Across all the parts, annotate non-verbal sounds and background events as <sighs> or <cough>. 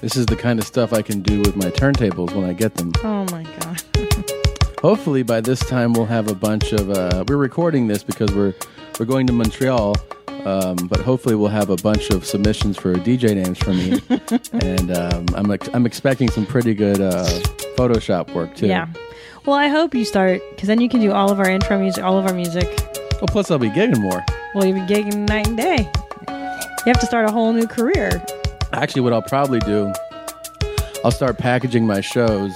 This is the kind of stuff I can do with my turntables when I get them. Oh my god. Hopefully, by this time we'll have a bunch of. Uh, we're recording this because we're we're going to Montreal, um, but hopefully we'll have a bunch of submissions for DJ names for <laughs> me, and um, I'm ex- I'm expecting some pretty good uh, Photoshop work <laughs> too. Yeah. Well, I hope you start because then you can do all of our intro music, all of our music. Well, plus I'll be gigging more. Well, you've been gigging night and day. You have to start a whole new career. Actually, what I'll probably do, I'll start packaging my shows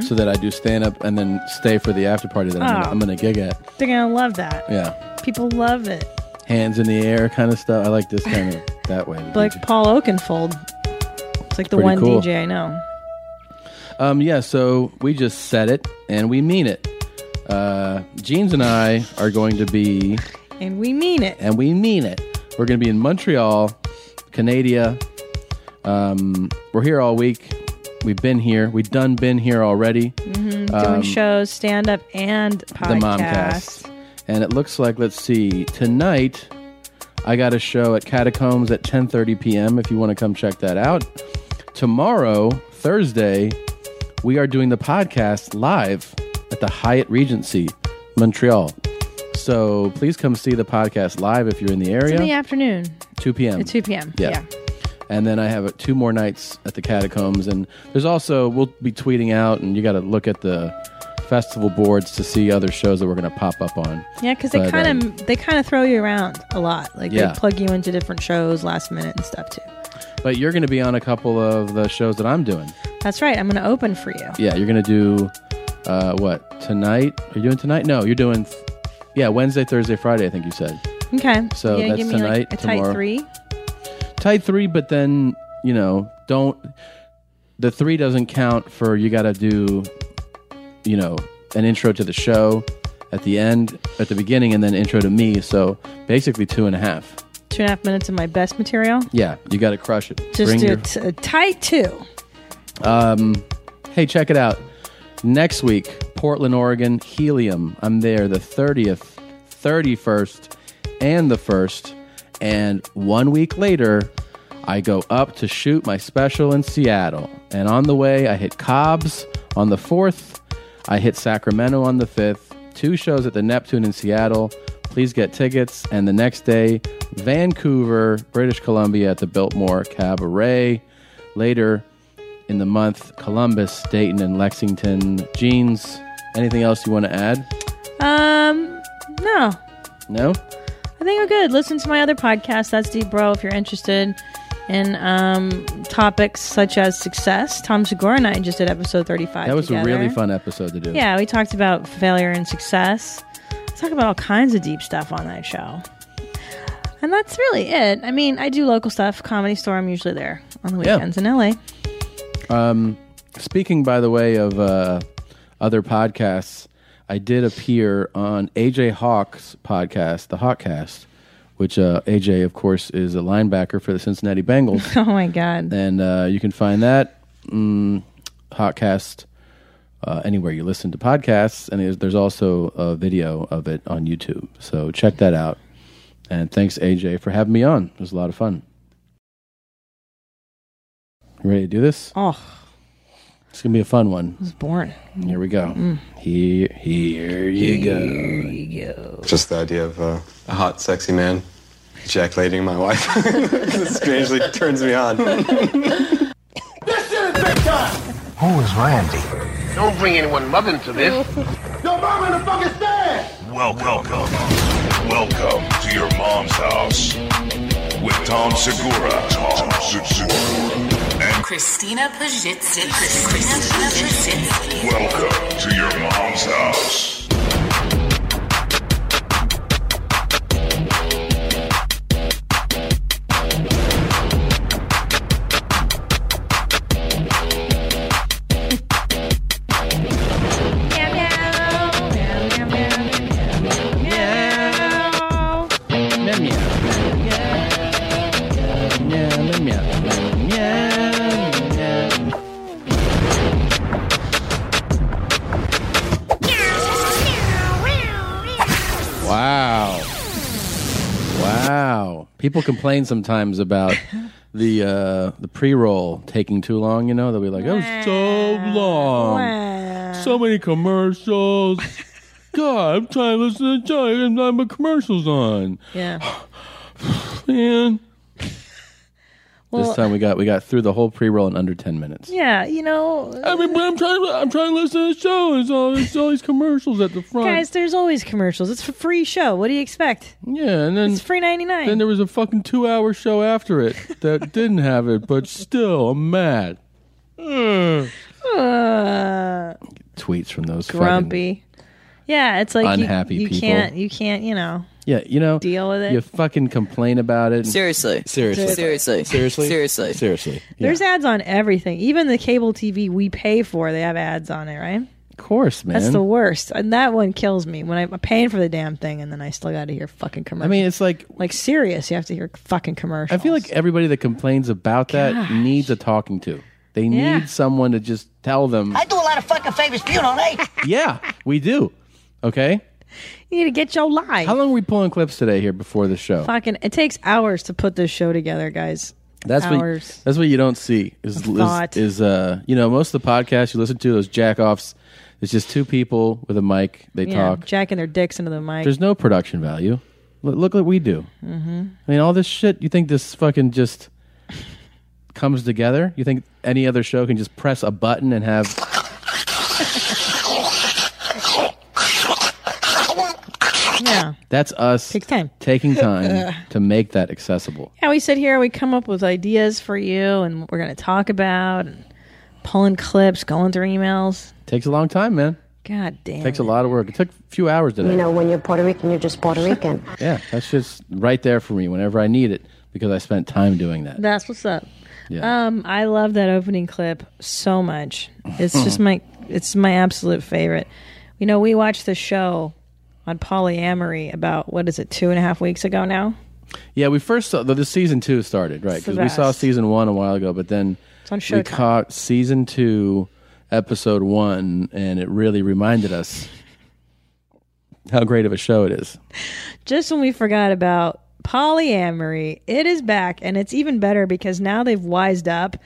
so that I do stand up and then stay for the after party that I'm, gonna, Hmm? Oh. I'm gonna gig at. They're gonna love that. Yeah, People love it. hands in the air kind of stuff. I like this kind <laughs> of that way. Like Paul Oakenfold. It's like the Pretty one cool. DJ I know. Um, yeah, so we just said it and we mean it. Uh, Jeans and I are going to be, And we mean it. and we mean it. We're going to be in Montreal, Canada. Um, we're here all week. We've been here. We've done been here already. Mm-hmm. Doing shows, stand up, and Um, The podcast. Momcast. And it looks like let's see tonight. I got a show at Catacombs at 10:30 p.m. If you want to come check that out. Tomorrow, Thursday, we are doing the podcast live at the Hyatt Regency, Montreal. So please come see the podcast live if you're in the area. In the afternoon 2 p.m. at 2 p.m. Yeah. yeah. And then I have uh, two more nights at the catacombs. And there's also, we'll be tweeting out, and you got to look at the festival boards to see other shows that we're going to pop up on. Yeah, because they But, kind of um, they kind of throw you around a lot. Like Yeah. they plug you into different shows last minute and stuff too. But you're going to be on a couple of the shows that I'm doing. That's right. I'm going to open for you. Yeah, you're going to do uh, what? Tonight? Are you doing tonight? No, you're doing, th- yeah, Wednesday, Thursday, Friday, I think you said. Okay. So you gonna that's give me tonight, like a tight tomorrow. three. Tight three, but then, you know, don't, the three doesn't count for you got to do, you know, an intro to the show at the end, at the beginning, and then intro to me. So basically two and a half. Two and a half minutes of my best material. Yeah, you got to crush it. Just Bring do your- a t- a tight two. Um, Hey, check it out. Next week, Portland, Oregon, Helium. I'm there the 30th, 31st, and the 1st. And one week later, I go up to shoot my special in Seattle. And on the way, I hit Cobb's on the 4th. I hit Sacramento on the 5th. Two shows at the Neptune in Seattle. Please get tickets. And the next day, Vancouver, British Columbia at the Biltmore Cabaret. Later, in the month Columbus, Dayton, and Lexington. Jeans, anything else you want to add? Um, no, No? I think we're good. Listen to my other podcast. That's Deep Bro. If you're interested in um, topics such as success, Tom Segura and I just did episode 35. That was together. a really fun episode to do. Yeah, we talked about failure and success. We talked about all kinds of deep stuff on that show. And that's really it. I mean, I do local stuff, comedy store. I'm usually there on the Yeah. weekends in LA. Um, Speaking, by the way, of uh, other podcasts, I did appear on AJ Hawk's podcast, The Hawkcast, which uh, AJ, of course, is a linebacker for the Cincinnati Bengals. <laughs> Oh my God. and uh, you can find that mm, Hotcast uh, anywhere you listen to podcasts, and there's- there's also a video of it on YouTube. So check that out. And thanks, AJ, for having me on. It was a lot of fun. You ready to do this? Oh, It's gonna be a fun one. I was born. Here we go. Here, here you go. Just the idea of uh, a hot, sexy man ejaculating my wife <laughs> strangely turns me on. Who is Randy? Don't bring anyone mother into this. Welcome. Welcome to your mom's house with Tom Segura. Tom Segura. And Christina Pajitsky. Christina Pajitsky. welcome to your mom's house. Meow, meow. Meow, meow, meow. Meow, meow. Wow. Wow. People complain sometimes about the uh, the pre roll taking too long. You know, they'll be like, "That was so long, so many commercials." God, I'm trying to listen to Johnny. I'm not my commercials on. Yeah. Man, <laughs> Well, this time we got we got through the whole pre roll in under ten minutes. yeah, you know, <gasps> I mean, but I'm trying. To, I'm trying to listen to the show. It's all, it's all these commercials at the front. guys, there's always commercials. It's a free show. What do you expect? yeah, and then It's free 99. Then there was a fucking two hour show after it <laughs> that didn't have it, but still, I'm mad. Ugh. Mm. Uh, Tweets from those fucking- grumpy. Yeah, it's like you- unhappy you, people. can't you can't, you know. yeah, you know, Deal with it. You fucking complain about it. Seriously. Seriously. Seriously. Seriously? Seriously. Seriously. Yeah. There's ads on everything. Even the cable TV we pay for, they have ads on it, right? of course, man. That's the worst. And that one kills me when I'm paying for the damn thing and then I still got to hear fucking I commercials. mean, it's like, like serious, you have to hear fucking I commercials. feel like everybody that complains about that needs a talking to. They Yeah. need someone to just tell them, I do a lot of fucking favors for you, don't I? yeah, we do. Okay? <laughs> you need to get your life. How long are we pulling clips today here before the show? fucking it takes hours to put this show together, guys. That's hours what that's what you don't see is is, thought. is uh you know most of the podcasts you listen to those jack offs it's just two people with a mic they Yeah, talk jacking their dicks into the mic. there's no production value look, look what we do mm-hmm. I mean all this shit you think this fucking just <laughs> comes together you think any other show can just press a button and have yeah. that's us Takes time. <laughs> taking time to make that accessible Yeah, we sit here, we come up with ideas for you and what we're going to talk about, and pulling clips, going through emails. takes a long time man God damn. takes a lot of work it took a few hours today You know, when you're Puerto Rican, you're just <laughs> Puerto Rican. yeah that's just right there for me whenever I need it because I spent time doing that That's what's up. yeah Um, I love that opening clip so much. It's <laughs> just my it's my absolute favorite. You know, we watched the show on polyamory about what is it, two and a half weeks ago now? Yeah, we first saw the, the season two started right It's the because we saw best. season one a while ago, but then It's on we Showtime. caught season two, episode one, and it really reminded us how great of a show it is. just when we forgot about polyamory, it is back, and it's even better because now they've wised up.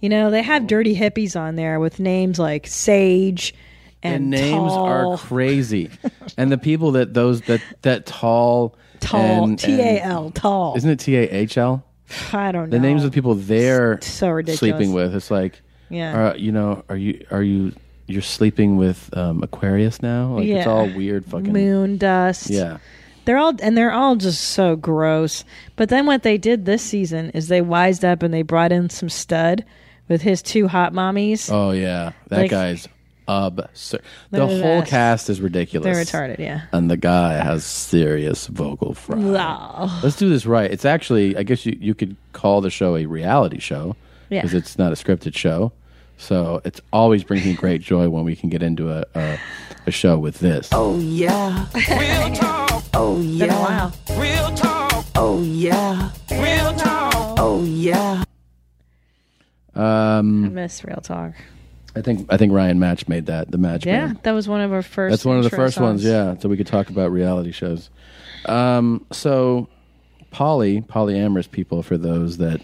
You know, they have dirty hippies on there with names like Sage The and names Tall. are <laughs> crazy, and the people that those that that tall Tall, and- T A and- L, tall. isn't it T A H L? I don't know The names of the people they're so ridiculous. sleeping with. It's like, Yeah. are- you know, are you are you you're sleeping with um, Aquarius now? Like it's Yeah. all weird, fucking Moon dust. yeah. They're all and they're all just so gross. But then what they did this season is they wised up and they brought in some stud with his two hot mommies. Oh yeah, that Like- guy's absurd. The They're the whole best. cast is ridiculous. They're retarded, yeah. And the guy has serious vocal fry. Blah. Let's do this right. It's actually, I guess you, you could call the show a reality show Yeah. because it's not a scripted show. So it's always brings me great joy when we can get into a, a, a show with this. Oh, Oh, Been a while. Oh, I um, miss real talk. I think I think Ryan Match made that the Match Yeah, band. that was one of our first. That's one of the intro first ones, songs. yeah. So we could talk about reality shows. Um, so poly, polyamorous people, for those that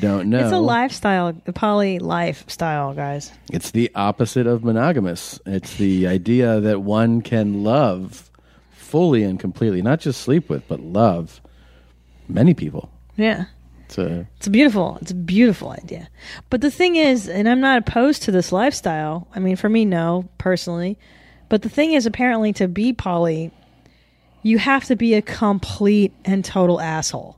don't know, It's a lifestyle, a poly lifestyle, guys. it's the opposite of monogamous. It's the idea that one can love fully and completely, not just sleep with, but love many people. Yeah. It's a, It's beautiful. It's a beautiful idea. But the thing is, and I'm not opposed to this lifestyle. I mean, for me, no, personally. But the thing is, apparently, to be poly, you have to be a complete and total asshole.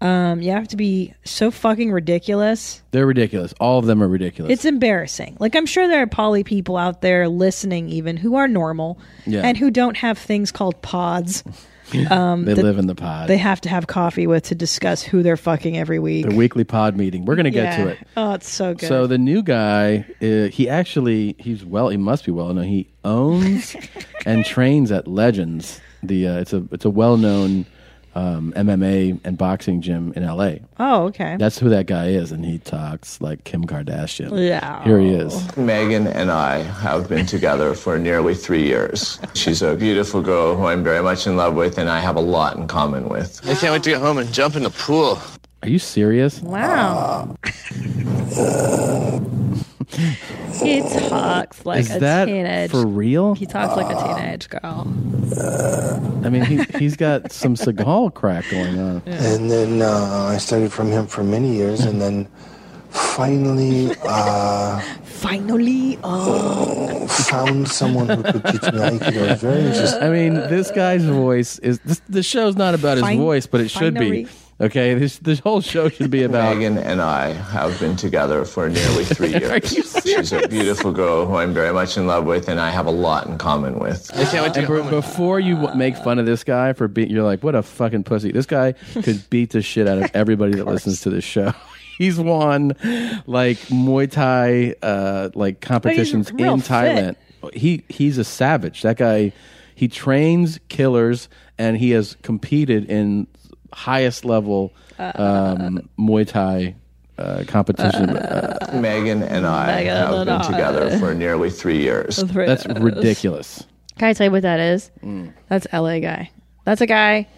Um, you have to be so fucking ridiculous. they're ridiculous. All of them are ridiculous. It's embarrassing. Like I'm sure there are poly people out there listening, even who are normal Yeah. and who don't have things <laughs> called pods. Um, they live in the pod. They have to have coffee with to discuss who they're fucking every week. the weekly pod meeting. We're gonna get Yeah. to it. Oh, it's so good. So the new guy, uh, he actually he's well, he must be well known. He <laughs> owns and trains at Legends. The uh, it's a it's a well known um, MMA and boxing gym in LA. Oh, okay. That's who that guy is, and he talks like Kim Kardashian. Yeah. Here he is. Megan and I have been together for nearly three years. She's a beautiful girl who I'm very much in love with, and I have a lot in common with. I can't wait to get home and jump in the pool. Are you serious? wow. <laughs> he talks like is a that teenage. for real? He talks like a teenage girl. I mean, he, he's <laughs> got some Seagal crack going on. And then uh, I studied from him for many years, and then finally uh, Finally, oh. found someone who could teach me Aikido. It was very interesting. I mean, this guy's voice is. This, the show's not about his Fin- voice, but it should be. finery. Okay, this this whole show should be about. Megan and I have been together for nearly three <laughs> years. you She's a beautiful girl who I'm very much in love with, and I have a lot in common with. I can't wait to And get b- home. and- before you w- make fun of this guy for being, you're like, what a fucking pussy. This guy <laughs> could beat the shit out of everybody that listens to this show. <laughs> He's won like Muay Thai uh, like competitions in real Thailand. He he's a savage. That guy, he trains killers, and he has competed in highest level Uh, um, Muay Thai uh, competition. Uh, Megan and I Megan have and been I. together for nearly three years. that's ridiculous. Can I tell you what that is? Mm. That's LA guy. That's a guy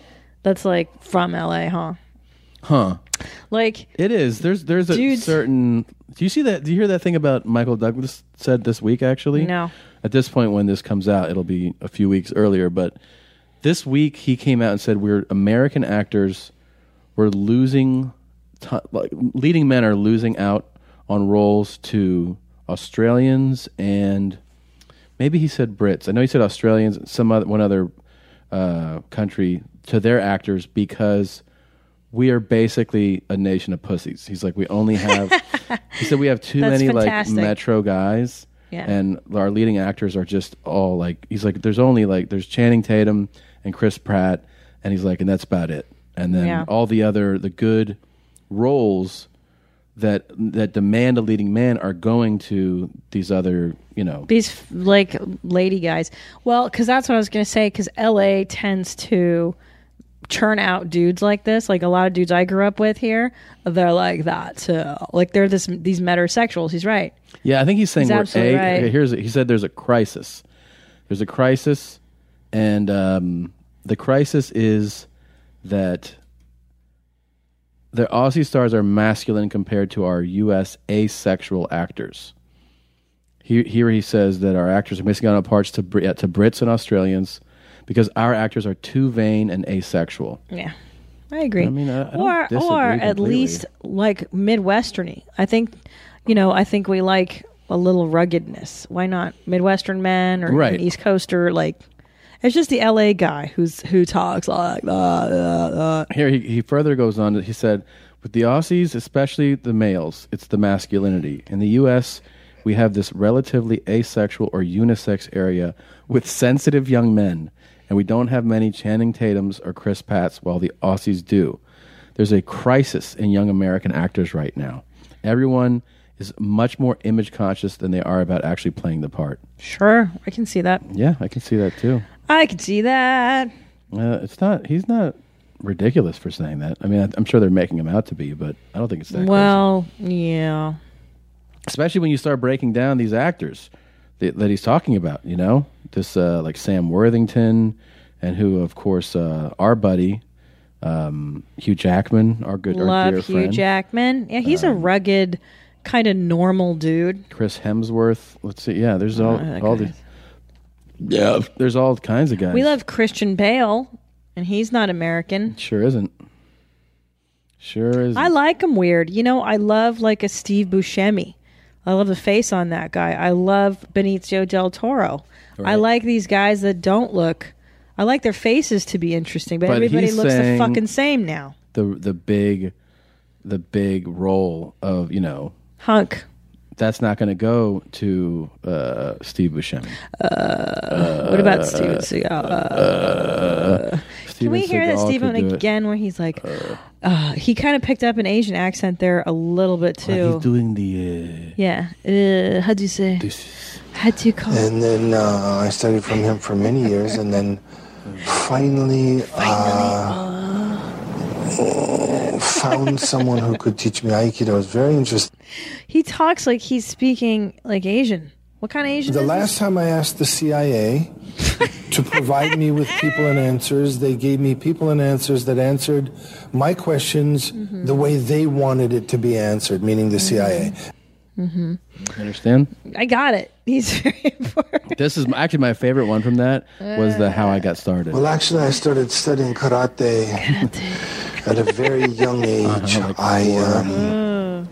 that's like from LA, huh? Huh. Like It is. There's there's a Dudes- certain. Do you see that? Do you hear that thing about Michael Douglas said this week? Actually, No. At this point, when this comes out, it'll be a few weeks earlier. But this week, he came out and said, "We're American actors. We're losing. T- like, leading men are losing out on roles to Australians and maybe he said Brits. I know he said Australians, some other one other uh, country to their actors because we are basically a nation of pussies. He's like, we only <laughs> have. he said we have too That's many fantastic. like metro guys, Yeah. and our leading actors are just all like. He's like, there's only like there's Channing Tatum and Chris Pratt, and he's like, and that's about it. And then Yeah. all the other the good roles that that demand a leading man are going to these other you know these like lady guys. Well, because that's what I was gonna say. Because LA tends to churn out dudes like this. Like a lot of dudes I grew up with here, they're like that too. Like they're this these metrosexuals. He's right. Yeah, I think he's saying He's we're absolutely a. right. okay, Here's he said there's a crisis. There's a crisis, and um, the crisis is that the Aussie stars are masculine compared to our U.S. asexual actors. He, here he says that our actors are missing out on parts to Brit- to Brits and Australians because our actors are too vain and asexual. Yeah, I agree. I mean, I- I don't or disagree or at completely. least like midwesterny. I think, you know, I think we like a little ruggedness. Why not midwestern men or Right. an East Coaster? Like, it's just the L.A. guy who's who talks like that. here he, he further goes on to, he said with the aussies especially the males it's the masculinity in the us we have this relatively asexual or unisex area with sensitive young men and we don't have many channing tatums or chris pats while the aussies do there's a crisis in young american actors right now everyone is much more image conscious than they are about actually playing the part Sure, I can see that. yeah i can see that too I can see that. uh, it's not he's not ridiculous for saying that i mean I, i'm sure they're making him out to be but i don't think it's that crazy. Well, yeah. especially when you start breaking down these actors that, that he's talking about. You know, this uh, like Sam Worthington, and who of course uh, our buddy um, Hugh Jackman, our good our Love dear Hugh friend Um, Jackman. Yeah, he's a rugged, kind of normal dude. Chris Hemsworth. Let's see, yeah, there's all Oh, that all guy. the yeah, there's all kinds of guys. We love Christian Bale, and he's not American. sure isn't. Sure is. I like him weird. You know, I love like a Steve Buscemi. I love the face on that guy. I love Benicio del Toro. I like these guys that don't look. I like their faces to be interesting, but, But everybody he's looks saying- the fucking same now. the the big the big role of you know Hunk. that's not going to go to uh, Steve Buscemi. Uh, Uh, What about Steven Seagal? Can we hear that Steven again where he's like, uh, he kind of picked up an Asian accent there a little bit too. He's doing the. yeah. Uh, how do you say? How do you call it? And then uh, I studied from him for many years, and then finally, uh, found someone who could teach me Aikido. It's very interesting. He talks like he's speaking like Asian. What kind of Asian? The is last time I asked the CIA to provide me with people and answers, they gave me people and answers that answered my questions the way they wanted it to be answered, meaning the CIA. hmm Understand? I got it. He's very <laughs> This is actually my favorite one from that was the how I got started. Well, actually, I started studying karate, at a very young age. I um,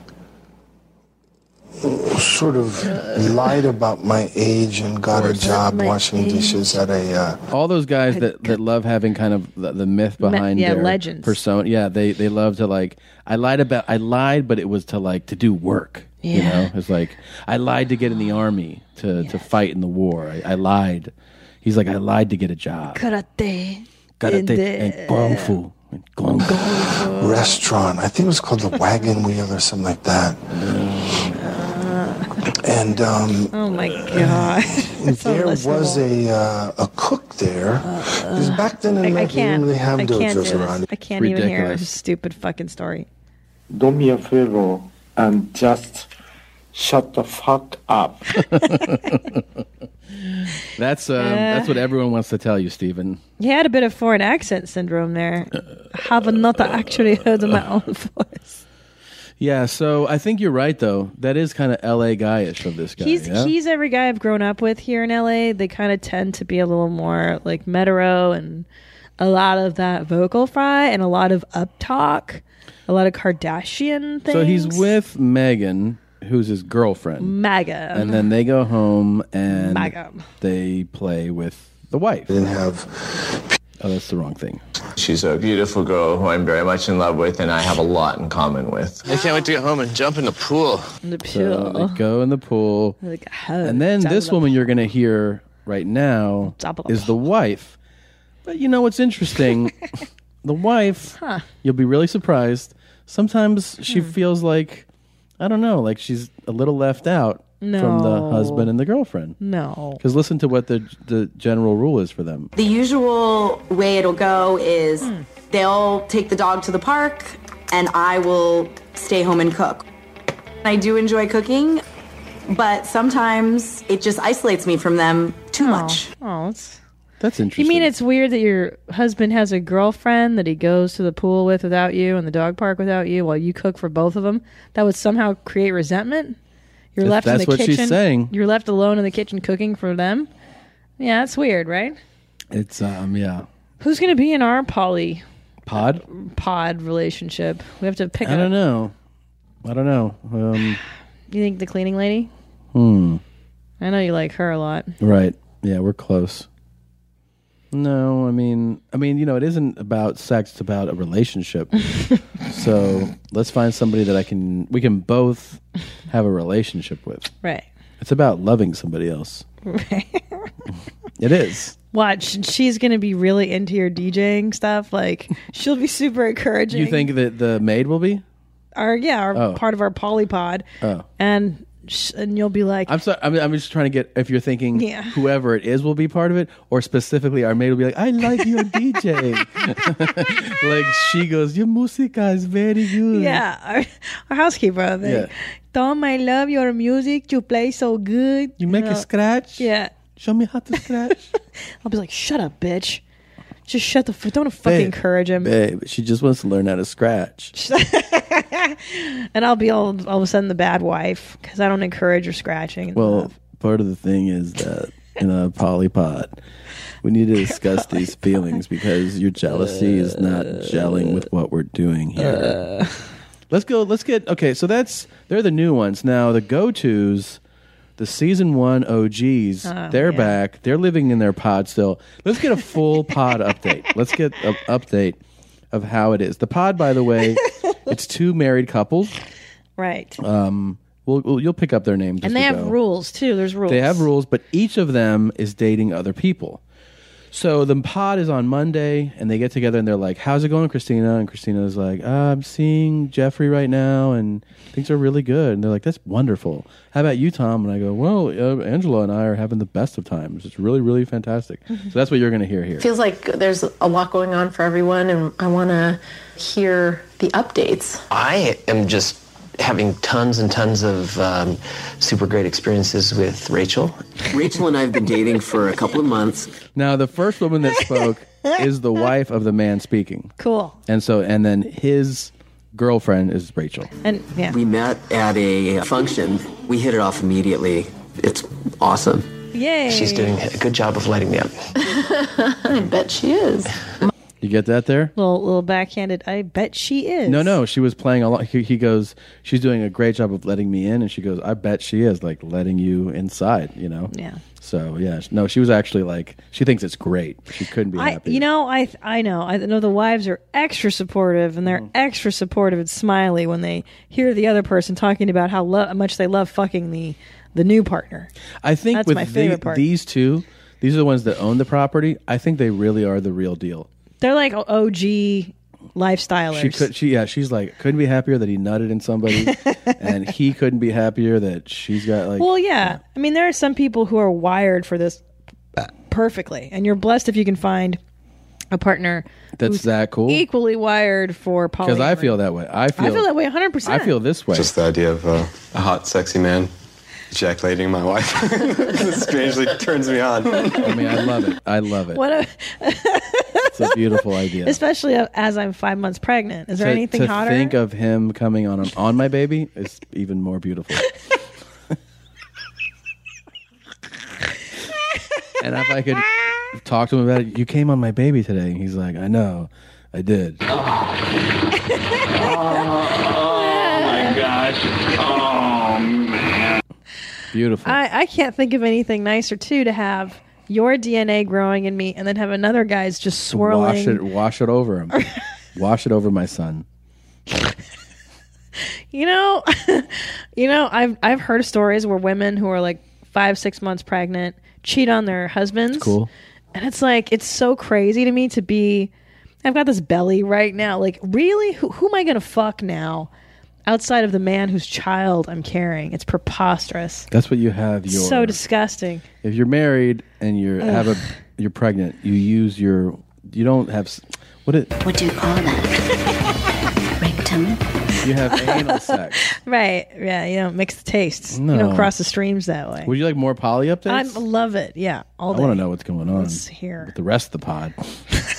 sort of lied about my age and got a job washing dishes at a. Uh, All those guys that, that love having kind of the, the myth Me- behind yeah, their legends. persona. Yeah, they they love to like I lied about I lied, but it was to like to do work. You Yeah. know, it's like I lied to get in the army to to fight in the war. I, I lied. He's like I lied to get a job. karate. Got in it. the- And kung fu. <laughs> restaurant. I think it was called the Wagon Wheel or something like that. And um, uh, Oh my god. <laughs> <laughs> there was a uh, a cook there. 'Cause back then in Uh, I, Uh, I America, you can't. didn't really have I can't, do dojos this. around. I can't even hear a stupid fucking story. Do me a favor and just shut the fuck <laughs> up. <laughs> That's um, that's what everyone wants to tell you, Stephen. He had a bit of foreign accent syndrome there. Have not actually heard my Uh, own voice. Yeah, so I think you're right though. That is kind of L.A. guyish of this guy. he's yeah? he's every guy I've grown up with here in LA. They kind of tend to be a little more like metro and a lot of that vocal fry and a lot of up talk, a lot of Kardashian things. so he's with Megan, who's his girlfriend, MAGA. and then they go home and MAGA. they play with the wife. Didn't have. Oh, that's the wrong thing. She's a beautiful girl who I'm very much in love with, and I have a lot in common with. I can't wait to get home and jump in the pool. The So they go in the pool, and then this woman you're going to hear right now is the wife. But you know what's interesting? the wife, Huh. you'll be really surprised. Sometimes she feels like I don't know, like she's a little left out from the No. husband and the girlfriend. No. Because listen to what the the general rule is for them. The usual way it'll go is they'll take the dog to the park and I will stay home and cook. I do enjoy cooking, but sometimes it just isolates me from them too much. Oh, it's That's interesting. You mean it's weird that your husband has a girlfriend that he goes to the pool with without you and the dog park without you while you cook for both of them? That would somehow create resentment? You're If left in that's the what she's kitchen. saying. You're left alone in the kitchen cooking for them? Yeah, that's weird, right? It's um yeah Who's going to be in our poly pod. pod relationship? We have to pick I a- don't know. I don't know. Um, You think the cleaning lady? hmm. I know you like her a lot. Right. Yeah, we're close. No, I mean, I mean, you know, it isn't about sex; it's about a relationship. <laughs> so let's find somebody that I can, we can both have a relationship with. Right. It's about loving somebody <laughs> else. Right. It is. Watch, she's going to be really into your DJing stuff. Like, she'll be super <laughs> encouraging. You think that the maid will be? our yeah, our Oh. part of our polypod, Oh, and sh- and you'll be like, I'm sorry. I'm, I'm just trying to get if you're thinking Yeah. whoever it is will be part of it, or specifically our maid will be like, "I like <laughs> your DJ." <laughs> like she goes, "Your musica is very good." yeah, our, our housekeeper. Like, Hmm. Yeah. Tom, I love your music. You play so good. You make a scratch? Yeah. Show me how to scratch. <laughs> I'll be like, shut up, bitch. Just shut the. F- don't fucking Babe, encourage him. Babe, she just wants to learn how to scratch. And I'll be all all of a sudden the bad wife because I don't encourage your scratching. Well, part of the thing is that in a polypod, we need <laughs> to discuss these feelings because your jealousy is not gelling with what we're doing here. Uh. Let's go. Let's get okay. So that's they're the new ones now. The go tos, the season one OGs, Oh, they're yeah. back. They're living in their pod still. Let's get a full pod update. Let's get an update of how it is. The pod, by the <laughs> way, it's two married couples. right. Um, we'll, we'll you'll pick up their names. as And they we have go. rules too. There's rules. They have rules, but each of them is dating other people. So the pod is on Monday, and they get together and they're like, "How's it going, Christina?" And Christina's like, uh, "I'm seeing Jeffrey right now, and things are really good." And they're like, "That's wonderful. How about you, Tom?" And I go, "Well, uh, Angela and I are having the best of times. It's really, really fantastic." Mhm. So that's what you're going to hear here. It feels like there's a lot going on for everyone, and I want to hear the updates. I am just having tons and tons of um, super great experiences with Rachel. Rachel and I have been dating for a couple of months. Now, the first woman that spoke is the wife of the man speaking. Cool. And so, and then his girlfriend is Rachel. And yeah. We met at a function. We hit it off immediately. It's awesome. Yay. She's <laughs> doing a good job of lighting me up. <laughs> I bet she is. You get that there? Little little backhanded. I bet she is. No, no, she was playing along. He, he goes, she's doing a great job of letting me in, and she goes, I bet she is like letting you inside, you know? Yeah. So yeah, sh- no, she was actually like, she thinks it's great. She couldn't be I, happy. you know, I I know, I know the wives are extra supportive and they're Mm-hmm. extra supportive and smiley when they hear the other person talking about how lo- how much they love fucking the the new partner. I think that's with my the- favorite part. these two, these are the ones that own the property. I think they really are the real deal. They're like OG lifestylers. She could, she yeah, she's like couldn't be happier that he nutted <laughs> in somebody, and he couldn't be happier that she's got like. well, yeah. I mean, there are some people who are wired for this Ah. perfectly, and you're blessed if you can find a partner that's who's that cool. equally wired for poly. Because I feel that way. I I feel that way 100%. this way. Just the idea of uh, a hot, sexy man ejaculating my wife <laughs> strangely turns me on. I mean, I love it. I <laughs> love What a, It's a beautiful idea. especially as I'm five months pregnant. Is there to, anything to hotter? Think of him coming on on my baby is even <laughs> more beautiful. and if I could talk to him about it, you came on my baby today. And he's like, I know, I did. my gosh. Oh, man. Beautiful. I, I can't think of anything nicer too to have your DNA growing in me and then have another guy's just swirling. Wash it, wash it <laughs> over him. wash it over my son. You know, <laughs> you know, I've I've heard of stories where women who are like five, six months pregnant cheat on their husbands. Cool. And it's like it's so crazy to me to be I've got this belly right now. Like, really? Who who am I gonna fuck now? Outside of the man whose child I'm carrying. It's preposterous. That's what you have. Your so disgusting. if you're married and you Ugh. have a you're pregnant, you use your you don't have s- what it What do you call <laughs> that? Rectum? you have <laughs> anal sex. <laughs> Right. Yeah. You don't mix the tastes. You No. don't cross the streams that way. Would you like more poly I updates? love it. Yeah. I All want to know what's going on Let's hear. with the rest of the pod. <laughs>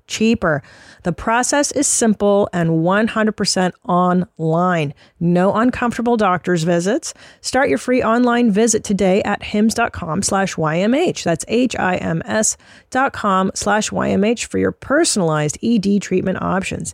cheaper. The process is simple and 100% online. No uncomfortable doctor's visits. Start your free online visit today at hims.com slash YMH. That's H-I-M-S dot com slash YMH for your personalized ED treatment options.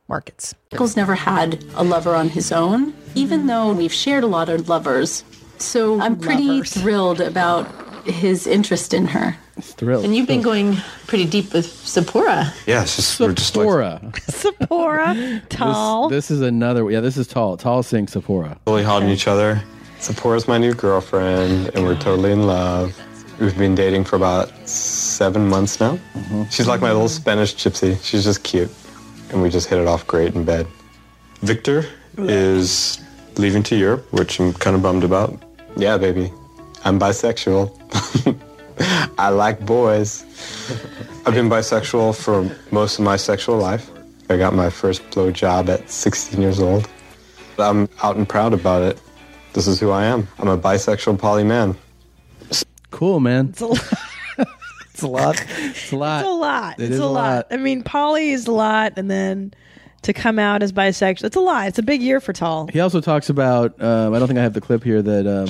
markets. Michael's never had a lover on his own, even though we've shared a lot of lovers. So I'm pretty thrilled about his interest in her. Thrilled. And you've been going pretty deep with Sephora. Yeah, it's just Sephora. <laughs> Sephora, tall. This, this is another. Yeah, this is tall. Tall sing Sephora. Totally holding each other. Sephora's my new girlfriend, and we're totally in love. We've been dating for about seven months now. She's like my little Spanish gypsy. She's just cute, and we just hit it off great in bed. Victor is leaving to Europe, which I'm kind of bummed about. Yeah, baby, I'm bisexual. <laughs> I like boys. I've been bisexual for most of my sexual life. I got my first blow job at 16 years old. I'm out and proud about it. This is who I am. I'm a bisexual poly man. Cool, man. It's a, <laughs> it's a lot. It's a lot. It's a lot. It it's is a lot. I mean, Polly is a lot, and then to come out as bisexual, it's a lot. It's a big year for <laughs> Tall. He also talks about. Um, I don't think I have the clip here that um,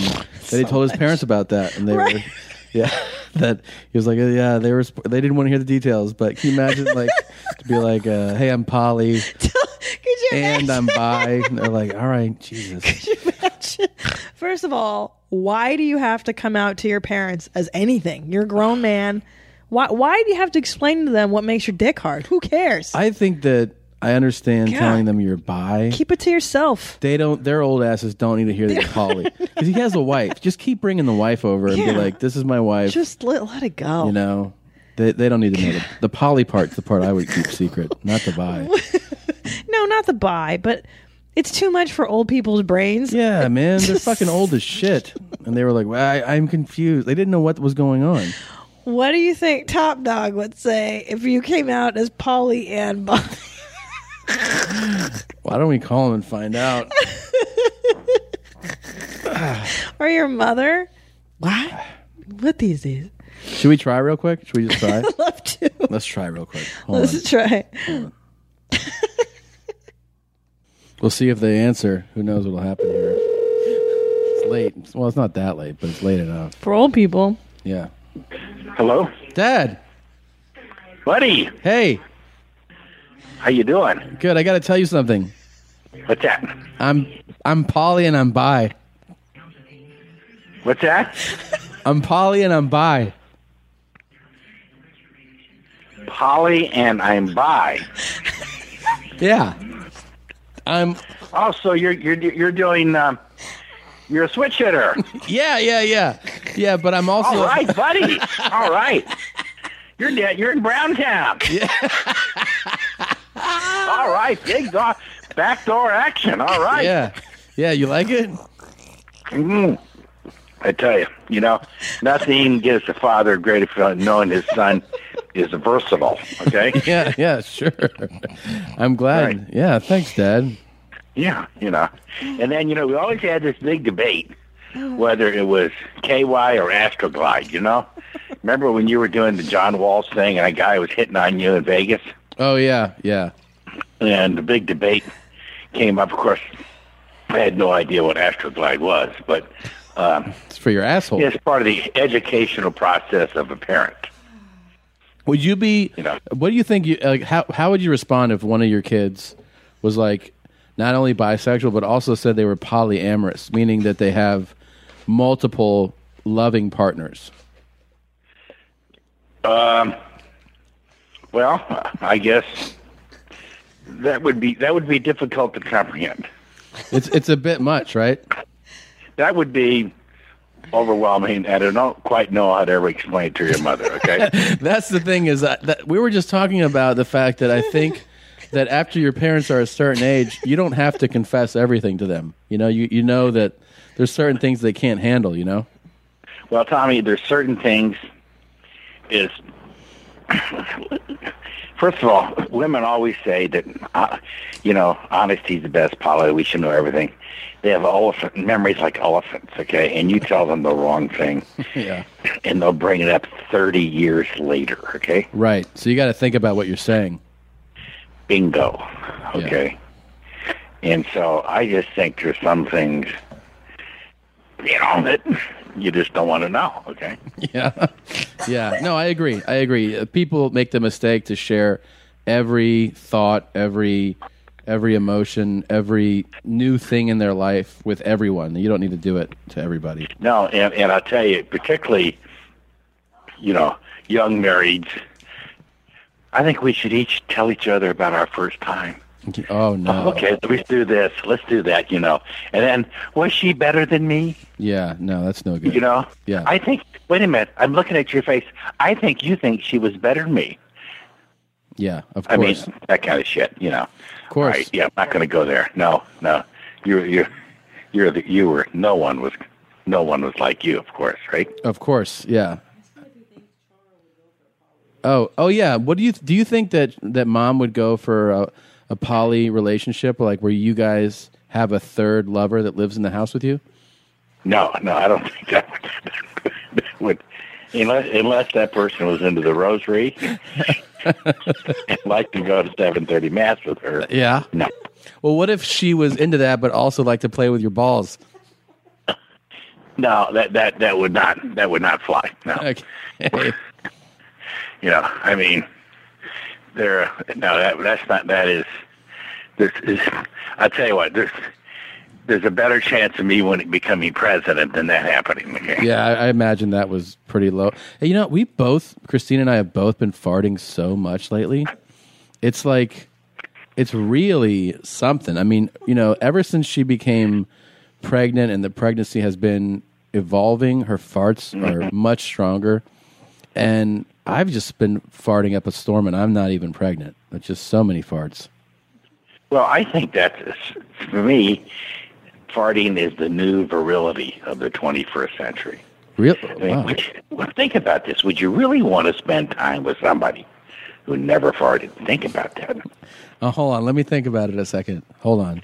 that he told his parents about that, and they were, Right. <laughs> yeah, that he was like, "Oh, yeah, they were, sp- they didn't want to hear the details, but can you imagine like to be like, uh, hey, I'm <laughs> Polly, and I'm bi, and they're like, all right, Jesus, First of all, why do you have to come out to your parents as anything? You're a grown man. Why, why do you have to explain to them what makes your dick hard? Who cares? I think that I understand God. telling them you're bi. Keep it to yourself. They don't. Their old asses don't need to hear that <laughs> you're Polly because he has a wife. Just keep bringing the wife over and be Yeah. like, this is my wife. Just let, let it go. You know, they, they don't need to know the, the poly part's the part I would keep secret, not the <laughs> bi. No, not the bi, but it's too much for old people's brains. Yeah, man, they're fucking old as shit, and they were like, well, I, "I'm confused." They didn't know what was going on. What do you think Top Dog would say if you came out as Polly and Bonnie? Why don't we call him and find <laughs> out? <laughs> or your mother? What? What these days? Should we try real quick? Should we just <laughs> try? I'd love to. Let's try real quick. Hold on. Let's try. We'll see if they answer. Who knows what'll happen here? It's late. Well, it's not that late, but it's late enough. For old people. Yeah. Hello, Dad. buddy. Hey. How you doing? Good. I got to tell you something. What's that? I'm I'm Polly and I'm bi. What's that? I'm Polly and I'm bi. Polly and I'm bi. Yeah. I'm. Oh, so you're you're you're doing um, you're a switch hitter. <laughs> Yeah, yeah, yeah, yeah. But I'm also All right, buddy. All right. You're dead. You're in Brown Town. Yeah. All right, big door, backdoor action. All right. Yeah. <laughs> Yeah, you like it? Mm. I tell you, you know, nothing gives a father a greater feeling knowing his son is versatile. Okay. <laughs> yeah, yeah, sure. I'm glad. Yeah, thanks, Dad. Yeah, you know. And then, you know, we always had this big debate whether it was KY or Astroglide, you know? Remember when you were doing the John Walsh thing and a guy was hitting on you in Vegas? Oh yeah, yeah. And the big debate came up. Of course, I had no idea what Astroglide was, but um, It's for your asshole. it's part of the educational process of a parent. Would you be? What do you think? You like? How how would you respond if one of your kids was like not only bisexual but also said they were polyamorous, meaning that they have multiple loving partners? Um, well, I guess that would be that would be difficult to comprehend. It's it's a bit much, right? <laughs> That would be overwhelming, and I don't quite know how to ever explain it to your mother. Okay, That's the thing is that, that we were just talking about the fact that I think that after your parents are a certain age, you don't have to confess everything to them. You know, you you know that there's certain things they can't handle. You know. well, Tommy, there's certain things is First of all, women always say that, uh, you know, honesty is the best policy. We should know everything. They have elephant memories like elephants, okay? And you tell them the wrong thing, <laughs> yeah. and they'll bring it up 30 years later, okay? Right. So you got to think about what you're saying. Bingo. Okay. And so I just think there's some things, you know, that you just don't want to know, <laughs> okay? Yeah. yeah. No, I agree. I agree. Uh, People make the mistake to share every thought, every every emotion, every new thing in their life with everyone. You don't need to do it to everybody. No, and, and I'll tell you, particularly, you know, young marrieds, I think we should each tell each other about our first time. Oh no. Okay, let's do this. Let's do that, you know. And then, was she better than me? Yeah, no, that's no good. You know? Yeah. I think, wait a minute, I'm looking at your face. I think you think she was better than me. Yeah, of I mean, course. that kind of shit, you know. Of course. Right, yeah, I'm not going to go there. No, no. You're, you're, you're the, you were, no one was, no one was like you, of course, right? Of course, yeah. Oh, oh yeah. What do you do? You think that that mom would go for a, a poly relationship, like where you guys have a third lover that lives in the house with you? No, no, I don't <laughs> think that would, that would unless, unless that person was into <laughs> the rosary and liked to go to 7.30 Mass with her. Yeah. No. Well, what if she was into that, but also liked to play with your balls? No, that that that would not that would not fly. No. you know, I mean, there. No, that that's not that is. This is. I tell you what. There's there's a better chance of me winning becoming president than that happening. Okay. Yeah, I, I imagine that was pretty low. Hey, you know, we both, Christine and I, have both been farting so much lately. It's like, it's really something. I mean, you know, ever since she became pregnant and the pregnancy has been evolving, her farts are much stronger. And I've just been farting up a storm and I'm not even pregnant. It's just so many farts. Well, I think that's for me. Farting is the new virility of the 21st century. Real? I mean, would you- well, think about this. Would you really want to spend time with somebody who never farted? Think about that. Oh, hold on. Let me think about it a second. Hold on.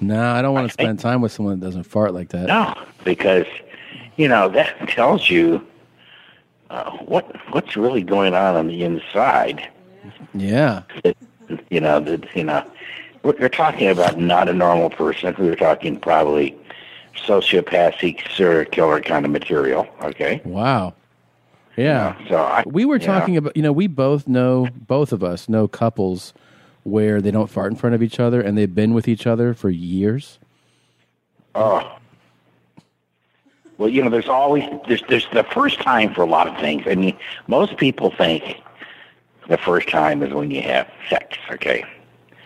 No, I don't want to spend time with someone that doesn't fart like that. No, because you know that tells you uh, what what's really going on on the inside. Yeah. You know that you know we're, we're talking about not a normal person. We're talking probably sociopathic serial killer kind of material. Okay. Wow. Yeah. So I, we were you know, talking about, you know, we both know, both of us know couples where they don't fart in front of each other and they've been with each other for years. Oh. Well, you know, there's always there's there's the first time for a lot of things. I mean, most people think the first time is when you have sex, okay?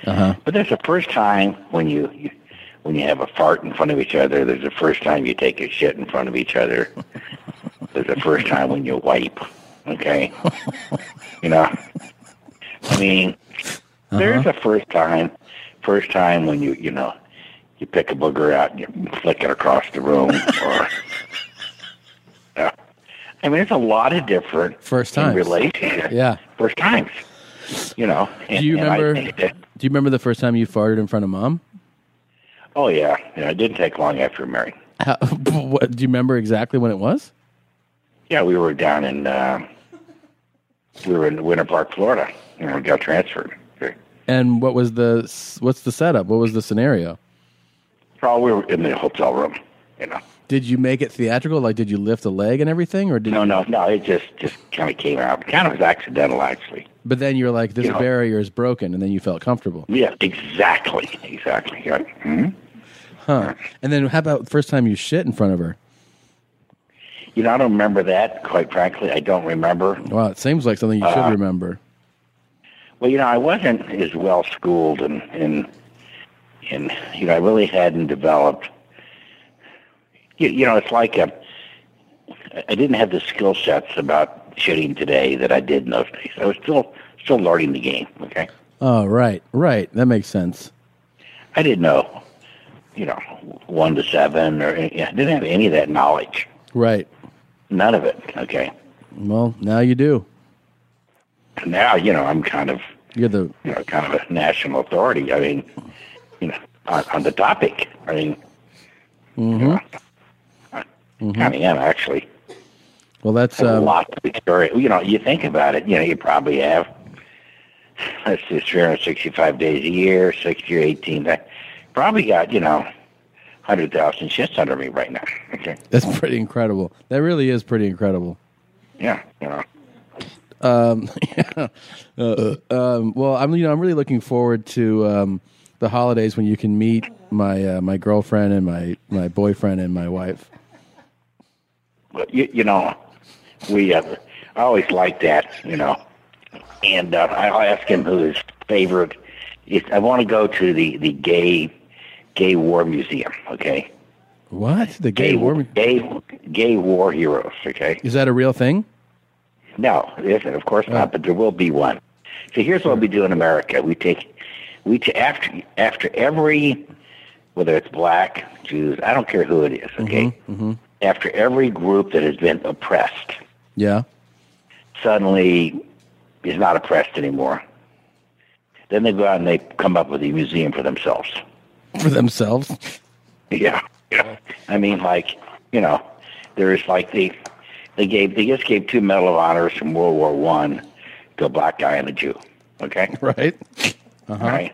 Uh-huh. But there's a first time when you, you when you have a fart in front of each other. There's a first time you take a shit in front of each other. There's a first time when you wipe, okay? you know, I mean, there's a first time, first time when you you know you pick a booger out and you flick it across the room, or <laughs> Yeah. I mean, there's a lot of different First times. relationships. Yeah. first times. You know, and- do you and I remember? think that- do you remember the first time you farted in front of mom? oh yeah, yeah, it didn't take long after we married. How, <laughs> what, do you remember exactly when it was? Yeah, we were down in uh, we were in Winter Park, Florida, and we got transferred. And what was the s- what's the setup? What was the scenario? Oh, we were in the hotel room. You know, Did you make it theatrical? Like, did you lift a leg and everything, or did no, no, no. It just just kind of came out. Kind of was accidental, actually. But then you're like, this You know. barrier is broken, and then you felt comfortable, Yeah, exactly, exactly. Yeah. hmm huh? And then how about first time you shit in front of her? You know, I don't remember that. Quite frankly, I don't remember. Wow, it seems like something you should Uh, remember. Well, you know, I wasn't as well schooled, and and and you know, I really hadn't developed. You, you know, it's like a, I didn't have the skill sets about shitting today that I did in those days. I was still still learning the game. Okay, Oh, right, right. That makes sense. I didn't know, you know, one to seven or any, I didn't have any of that knowledge. Right. None of it. Okay. Well, now you do. now, you know, I'm kind of You're the you know, kind of a national authority. I mean, you know, on, on the topic. I mean, Mm-hmm. kind of am actually. Well, that's a um, lot to be curious. You know, you think about it. You know, you probably have let's do 365 days a year, sixty or eighteen. I probably got you know, hundred thousand shits under me right now. <laughs> Okay, that's <laughs> pretty incredible. That really is pretty incredible. yeah, you know. Um, <laughs> yeah. Uh, um, well, I'm you know I'm really looking forward to um, the holidays when you can meet my uh, my girlfriend and my my boyfriend and my wife. but you, you know, we uh, I always like that, you know. And uh, I- I'll ask him who his favorite. Is. I want to go to the the gay gay war museum. Okay, What the gay war? gay gay war heroes. Okay, Is that a real thing? no, it isn't. Of course not, but there will be one. So here's what we do in America: we take we t- after after every whether it's black Jews, I don't care who it is. Okay, Mm-hmm. after every group that has been oppressed. Yeah. <laughs> suddenly is not oppressed anymore. Then they go out and they come up with a museum for themselves. <laughs> For themselves. Yeah, <laughs> yeah. I mean, like you know, there is like the they gave they just gave two Medal of Honors from World War One to a black guy and a Jew. Okay, <laughs> right. Uh-huh. All right,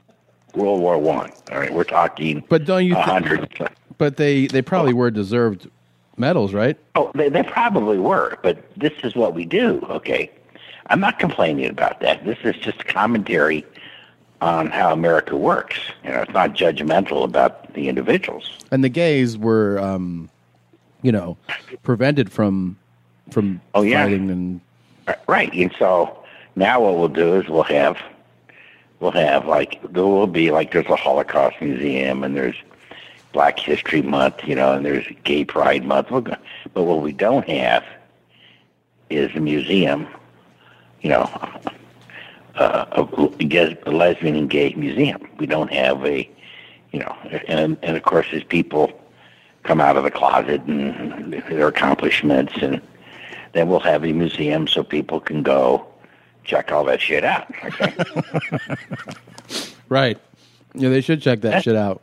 World War One. All right, we're talking. But don't you a thi- hundred? But they they probably were deserved medals, right? Oh, they, they probably were, but this is what we do, okay? I'm not complaining about that. This is just commentary on how America works. You know, it's not judgmental about the individuals. And the gays were, um, you know, prevented from from oh, yeah. Uh, fighting and Right. And so now what we'll do is we'll have we'll have like there will be like there's a Holocaust museum and there's Black History Month, you know, and there's Gay Pride Month. We'll go- But what we don't have is a museum, you know, <laughs> uh, a ges- a lesbian and gay museum. We don't have a, you know, and and of course as people come out of the closet and their accomplishments and then we'll have a museum so people can go check all that shit out. Okay. right. Yeah, they should check that shit out.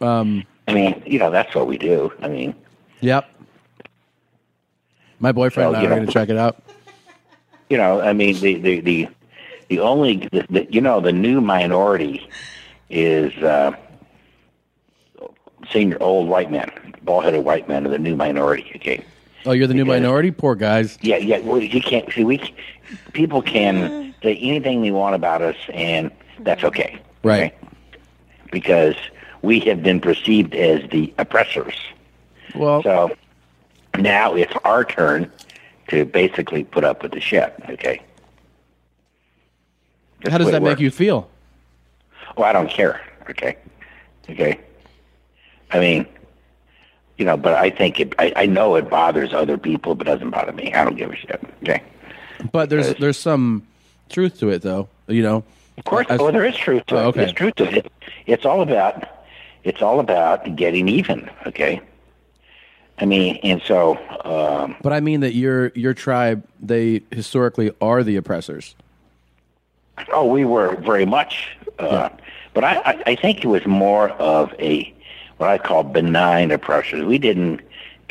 Um, I mean, you know, that's what we do. I mean, yep. My boyfriend So, and you I are know- going to check it out. you know, I mean, the the the, the only the, the, you know the new minority is uh, senior old white men, bald headed white men are the new minority. Okay. Oh, you're the new minority. Poor guys. Yeah, yeah. Well, you can't see we c- people can say anything they want about us, and that's okay Right. because we have been perceived as the oppressors. Well, So now it's our turn to basically put up with the shit. Okay. how does that make you feel? Oh, I don't care. Okay. Okay. I mean, you know, but I think it, I, I know it bothers other people, but it doesn't bother me. I don't give a shit. Okay. But there's there's some truth to it, though. You know. Of course. As- oh, there is truth to Oh, it. okay. There's truth to it. It's all about, it's all about getting even. Okay. I mean, and so, um, But I mean that your your tribe they historically are the oppressors. Oh, we were very much, uh, but I, I, I think it was more of a what I call benign oppressors. We didn't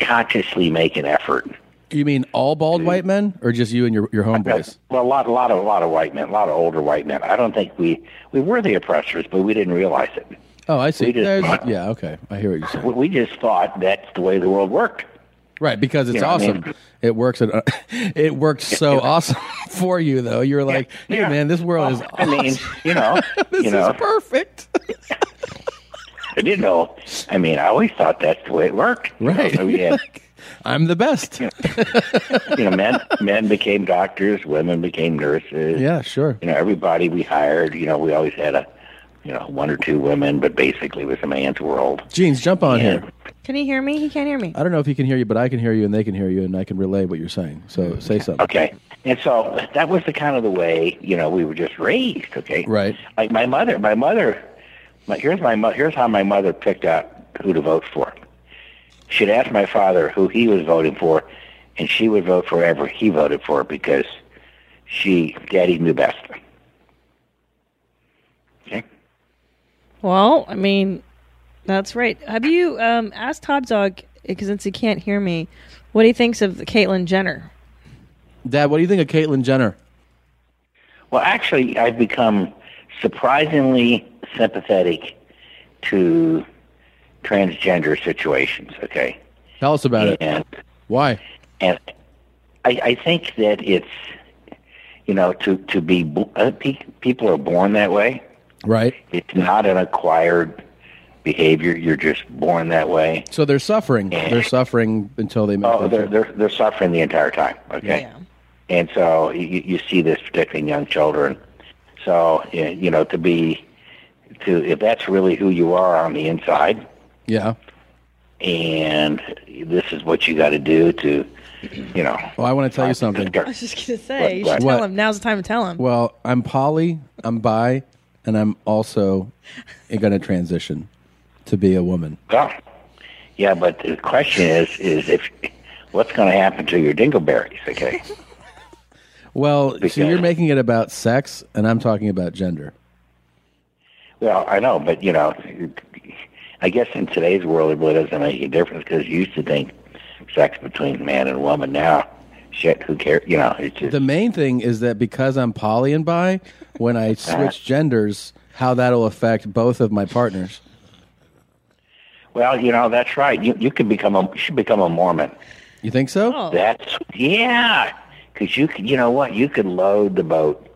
consciously make an effort. You mean all bald white men, or just you and your your homeboys? Well, a lot, a lot of, a lot of white men, a lot of older white men. I don't think we we were the oppressors, but we didn't realize it. Oh, I see. We just- There's, yeah, okay. I hear what you're saying. We- We just thought that's the way the world worked. Right, because it's You know what I awesome. <laughs> mean? It works. At, <laughs> it worked so awesome <laughs> for you, though. You're like, hey, man, this world is. I mean, you know, this you know, is perfect. I didn't know. I mean, I always thought that's the way it worked. You know, <laughs> Right. so we had- <laughs> I'm the best. you know, men men became doctors, women <laughs> became nurses. Yeah, sure. You know, everybody we hired, you know, we always had a, you know, one or two women, but basically it was a man's world. Jeans, jump on here. Can you hear me? He can't hear me. I don't know if he can hear you, but I can hear you, and they can hear you, and I can relay what you're saying. So say something. Mm-hmm. Okay. And so that was the kind of the way, you know, we were just raised, okay? Right. Like my mother, my mother, my, here's my mo- here's how my mother picked out who to vote for. She'd ask my father who he was voting for, and she would vote for whoever he voted for because she, daddy knew best. Well, I mean, that's right. Have you um, asked Top Dog, because since he can't hear me, what he thinks of Caitlyn Jenner? Dad, what do you think of Caitlyn Jenner? Well, actually, I've become surprisingly sympathetic to transgender situations, okay? Tell us about it. Why? And I, I think that it's, you know, to, to be, bo- uh, pe- people are born that way. Right. It's not an acquired behavior. You're just born that way. So they're suffering. They're suffering until they make Oh, that they're, change. they're, they're suffering the entire time, okay? And so you, you see this particularly in young children. So, yeah, you know, to be, to if that's really who you are on the inside, Yeah. and this is what you got to do to, you know, Well, Oh, I want to tell you something. I was just going to say, you What- should what? tell him. Now's the time to tell him. Well, I'm poly, I'm bi, and I'm also going to transition to be a woman. Well, yeah, but the question is, is if what's going to happen to your dingleberries? Okay, Well, so you're making it about sex, and I'm talking about gender. well, I know, but you know, I guess in today's world, it really doesn't make a difference because you used to think sex between man and woman. Now, shit, who cares? You know, it's just The main thing is that because I'm poly and bi, when <laughs> I switch genders, how that'll affect both of my partners. well, you know, that's right. You you could become a you should become a Mormon. You think so? That's yeah, because you could, you know what you could load the boat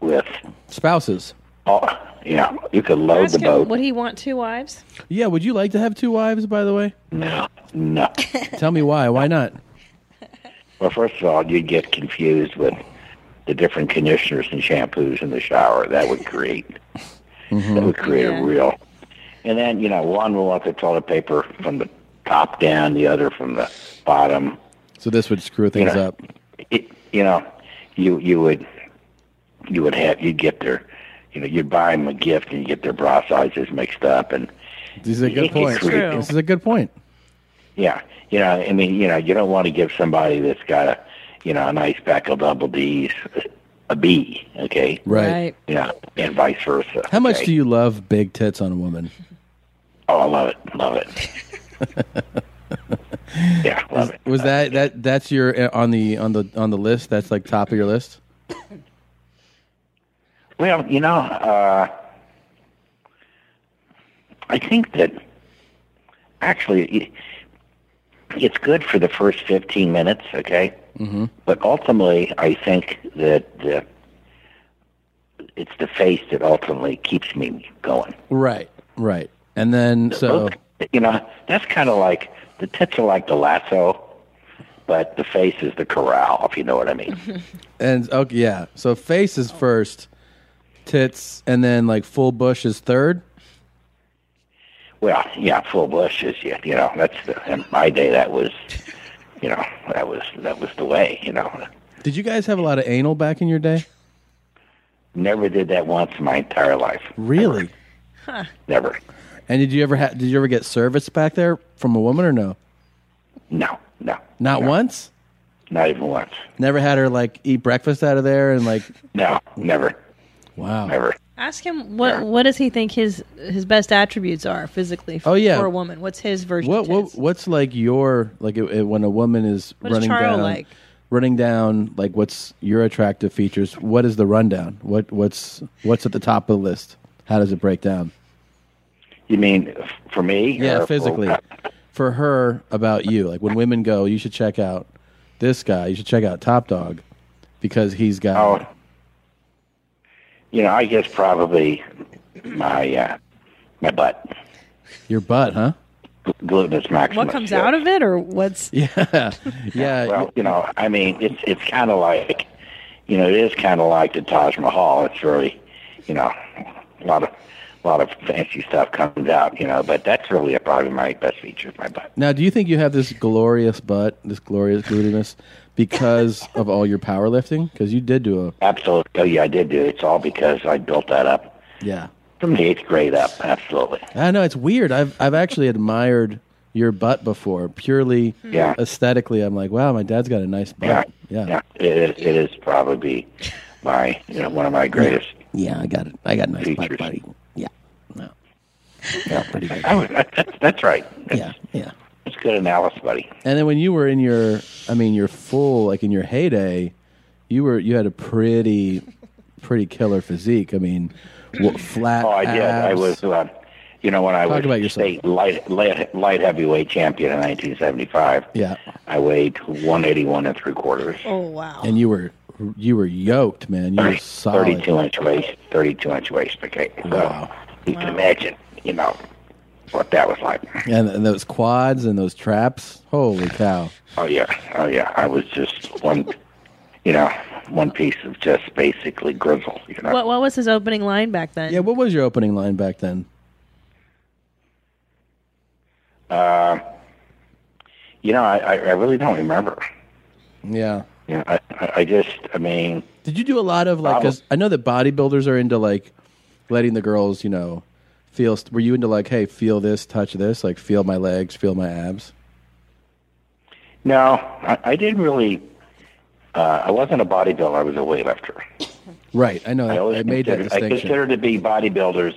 with spouses. Oh, yeah, you could load the Ask him, boat. would he want two wives? Yeah, would you like to have two wives, by the way? No, no. <laughs> Tell me why. Why not? Well, first of all, you'd get confused with the different conditioners and shampoos in the shower. That would create that would create a real. And then you know, one will want the toilet paper from the top down, the other from the bottom. So this would screw things know, up. It, you know, you you would you would have you'd get their you know you'd buy them a gift and you get their bra sizes mixed up and This is a good It's point. true. This is a good point. Yeah, you know, I mean, you know, you don't want to give somebody that's got a, you know, a nice pack of double D's a B, okay? Right. Right. Yeah, and vice versa. How much okay? do you love big tits on a woman? Oh, I love it, love it. <laughs> yeah, Was, was that that that's your uh, on the on the on the list? That's like top of your list. Well, you know, uh, I think that actually it, it's good for the first fifteen minutes, okay? Mm-hmm. But ultimately, I think that the, it's the face that ultimately keeps me going. Right. Right. And then so You know, that's kind of like the tits are like the lasso, but the face is the corral, if you know what I <laughs> mean. and okay yeah. So face is first, tits, and then like full bush is third. well, yeah, full bush is yeah, you know, that's the, in my day that was, you know, that was that was the way, you know. Did you guys have a lot of anal back in your day? Never did that once in my entire life. Really? Never. And did you ever ha- did you ever get service back there from a woman or no? No, no. Not once. Not even once. Never had her like eat breakfast out of there and like. No, never. Wow. Never. Ask him what what does he think his his best attributes are physically for, Oh, yeah. for a woman? What's his version? What what what's like your like it, it- when a woman is What running is Charo down like? running down like what's your attractive features? What is the rundown? What what's what's at the top of the list? How does it break down? You mean f- for me? Yeah, or for- physically. For her about you, like when women go, you should check out this guy. You should check out Top Dog because he's got you know, I guess probably my uh, my butt, your butt, huh? glutinous maximus. What comes out of it, or what's? <laughs> Yeah, yeah. Well, you know, I mean, it's it's kind of like, you know, it is kind of like the Taj Mahal. It's really, you know, a lot of a lot of fancy stuff comes out. You know, but that's really probably my best feature is my butt. Now, do you think you have this glorious butt, this glorious glutinous, <laughs> because of all your powerlifting? Because you did do a Absolutely. Oh, yeah, I did do it. It's all because I built that up yeah. from the eighth grade up. Absolutely. I know it's weird. I've I've actually admired your butt before, purely Yeah. aesthetically. I'm like, wow, my dad's got a nice butt. Yeah. Yeah, it is, it is probably my you know one of my greatest. Yeah, I got it. I got nice butt, <laughs> buddy. Yeah, no, yeah, pretty good. I was, Oh, that's, that's right. yeah, yeah. That's good analysis, buddy. And then when you were in your, I mean, your full, like in your heyday, you were you had a pretty, pretty killer physique. I mean, what, flat. Oh, I did. I abs. was, uh, you know, when I Talk was about yourself. state light, light light heavyweight champion in 1975, Yeah, I weighed 181 and three quarters. Oh wow. and you were you were yoked, man. You were solid. 32 inch waist, 32 inch waist. Okay, so you can imagine, you know, what that was like. And, and those quads and those traps. Holy cow! Oh yeah, oh yeah. I was just one, you know, one piece of just basically grizzle. You know, What what was his opening line back then? Yeah, what was your opening line back then? uh, you know, I, I I really don't remember. Yeah. You know, I I I just, I mean, Did you do a lot of like? Probably. 'cause I know that bodybuilders are into like letting the girls, you know, feel. Were you into like, hey, feel this, touch this, like feel my legs, feel my abs? no, I, I didn't really. Uh, I wasn't a bodybuilder. I was a weightlifter. Right. I know. I I, always made that considered, I distinction. consider to be bodybuilders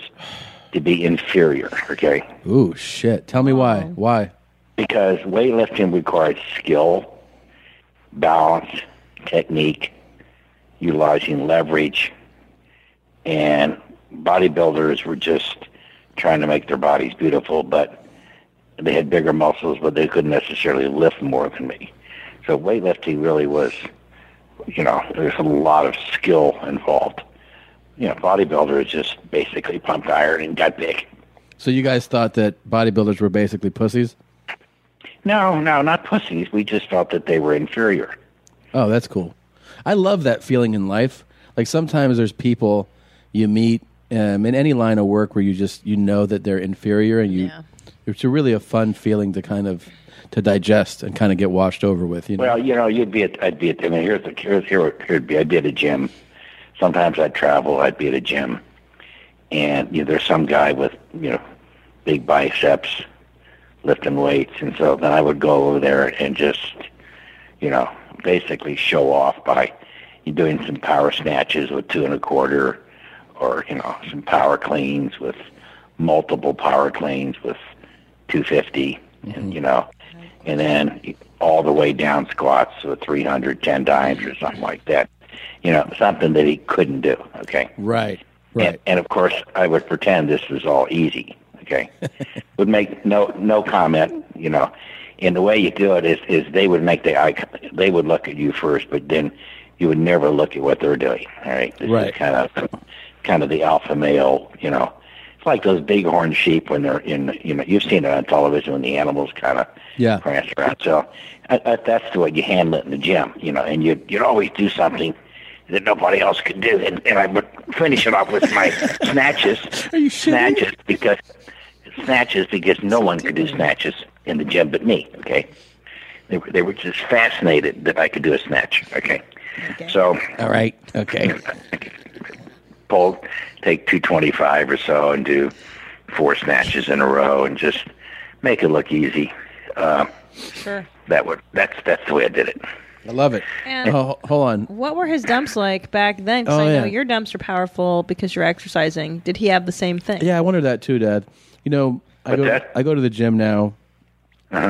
to be inferior. Okay. Ooh, shit. Tell me why. Oh. Why? because weightlifting requires skill, balance, technique, utilizing leverage, and bodybuilders were just trying to make their bodies beautiful, but they had bigger muscles, but they couldn't necessarily lift more than me. So weightlifting really was, you know, there's a lot of skill involved. You know, bodybuilders just basically pumped iron and got big. So you guys thought that bodybuilders were basically pussies? No, no, not pussies. We just felt that they were inferior. Oh, that's cool. I love that feeling in life. Like sometimes there's people you meet um, in any line of work where you just you know that they're inferior, and you it's a really a fun feeling to kind of to digest and kind of get washed over with. You know, Well, you know, you'd be at, I'd be at, I mean, here's the, here's, here, here'd be, I'd be at a gym. Sometimes I'd travel, I'd be at a gym. And, you know, there's some guy with, you know, big biceps lifting weights. And so then I would go over there and just, you know, basically show off by doing some power snatches with two and a quarter or, you know, some power cleans with multiple power cleans with 250 Mm-hmm. and, you know, and then all the way down squats with 310 dimes or something like that. You know, something that he couldn't do. Okay. right? And, and of course, I would pretend this was all easy. <laughs> Okay, would make no no comment. You know, and the way you do it is is they would make the eye con- they would look at you first, but then you would never look at what they're doing. All right, this Right. is kind of kind of the alpha male. You know, it's like those bighorn sheep when they're in. You know, you've seen it on television when the animals kind of Yeah. prance around. So I, I, that's the way you handle it in the gym. You know, and you you'd always do something that nobody else could do, and, and I would finish it off with my snatches. Are you snatches because snatches because no one could do snatches in the gym but me. Okay, they were they were just fascinated that I could do a snatch. Okay, so all right, okay, pull take two twenty five or so and do four snatches in a row and just make it look easy. Um, Sure. that would that's that's the way I did it. I love it. And- oh, hold on. What were his dumps like back then? 'Cause Oh, I yeah. know your dumps are powerful because you're exercising. Did he have the same thing? Yeah, I wonder that too, Dad. You know, I What's go, that? I go to the gym now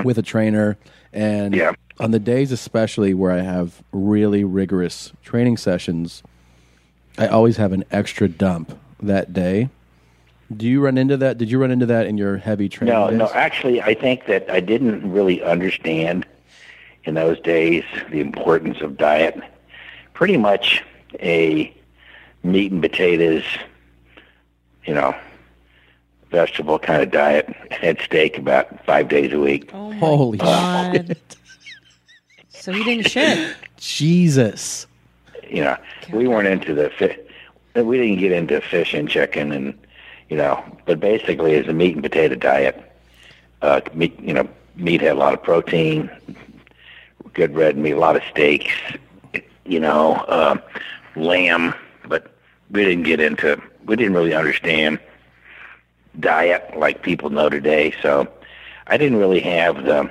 with a trainer, and on the days especially where I have really rigorous training sessions, I always have an extra dump that day. Do you run into that? Did you run into that in your heavy training? No, days? no. Actually, I think that I didn't really understand in those days the importance of diet. Pretty much a meat and potatoes, you know, vegetable kind of diet. Had steak about five days a week. Holy Uh, God. so he didn't shit. Jesus. You know, we weren't into the fish. We didn't get into fish and chicken, and you know, but basically, it's a meat and potato diet. Uh, meat, you know, meat had a lot of protein, good red meat, a lot of steaks, you know, uh, lamb. But we didn't get into. We didn't really understand diet like people know today. So I didn't really have the,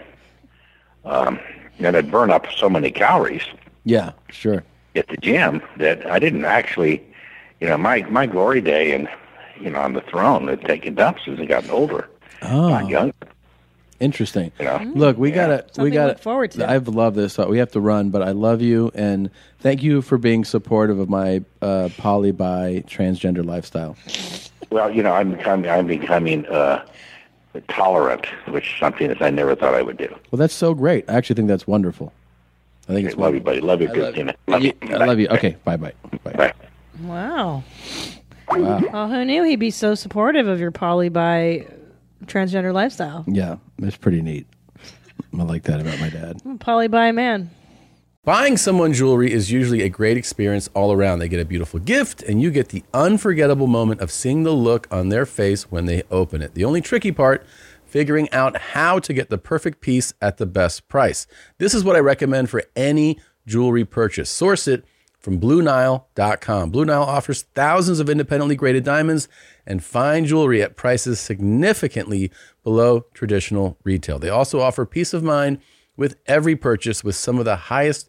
um, and I'd burn up so many calories Yeah, sure. at the gym that I didn't actually, you know, my my glory day and you know on the throne and taking dumps as I got older, Oh, young. interesting. You know, Look, we gotta, we Something to gotta. look forward to. I've loved this. We have to run, but I love you and thank you for being supportive of my uh, poly bi transgender lifestyle. well, you know, I'm becoming I'm becoming uh, tolerant, which is something that I never thought I would do. Well, that's so great. I actually think that's wonderful. I think it's Love you, wonderful. buddy. Love you, I love Christina. you. I love you. Okay, bye, bye, bye. Wow. Wow. Well, who knew he'd be so supportive of your poly by transgender lifestyle? Yeah, that's pretty neat. I like that about my dad. Poly by man. Buying someone jewelry is usually a great experience all around. They get a beautiful gift, and you get the unforgettable moment of seeing the look on their face when they open it. The only tricky part, figuring out how to get the perfect piece at the best price. This is what I recommend for any jewelry purchase. Source it from BlueNile.com. Blue Nile offers thousands of independently graded diamonds and fine jewelry at prices significantly below traditional retail. They also offer peace of mind with every purchase with some of the highest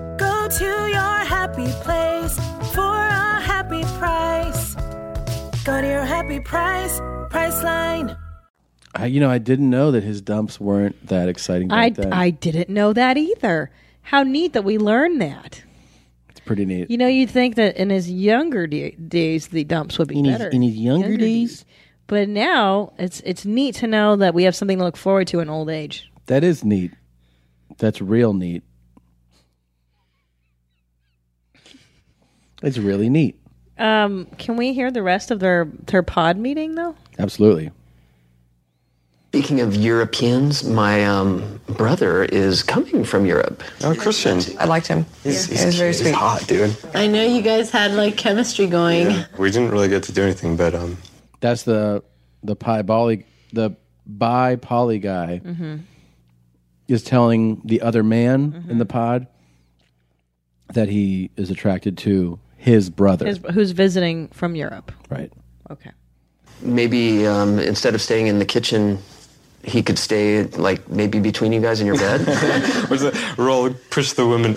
Go to your happy place for a happy price. Go to your happy price, Priceline. I, you know, I didn't know that his dumps weren't that exciting back I, then. I didn't know that either. How neat that we learned that. it's pretty neat. You know, you'd think that in his younger da- days, the dumps would be In his- better. in his younger days? But now it's it's neat to know that we have something to look forward to in old age. That is neat. That's real neat. It's really neat. Um, can we hear the rest of their their pod meeting though? Absolutely. Speaking of Europeans, my um, brother is coming from Europe. Oh, Christian. I liked him. He's- Yeah. he's- He was very he's sweet. hot, dude. I know you guys had like chemistry going. We didn't really get to do anything, but um, That's the the pi poly the bi poly guy Mm-hmm. is telling the other man in the pod that he is attracted to his brother. His, who's visiting from Europe? Right. Okay. Maybe um, instead of staying in the kitchen, he could stay like maybe between you guys in your <laughs> bed. What's that? Roll, push the women.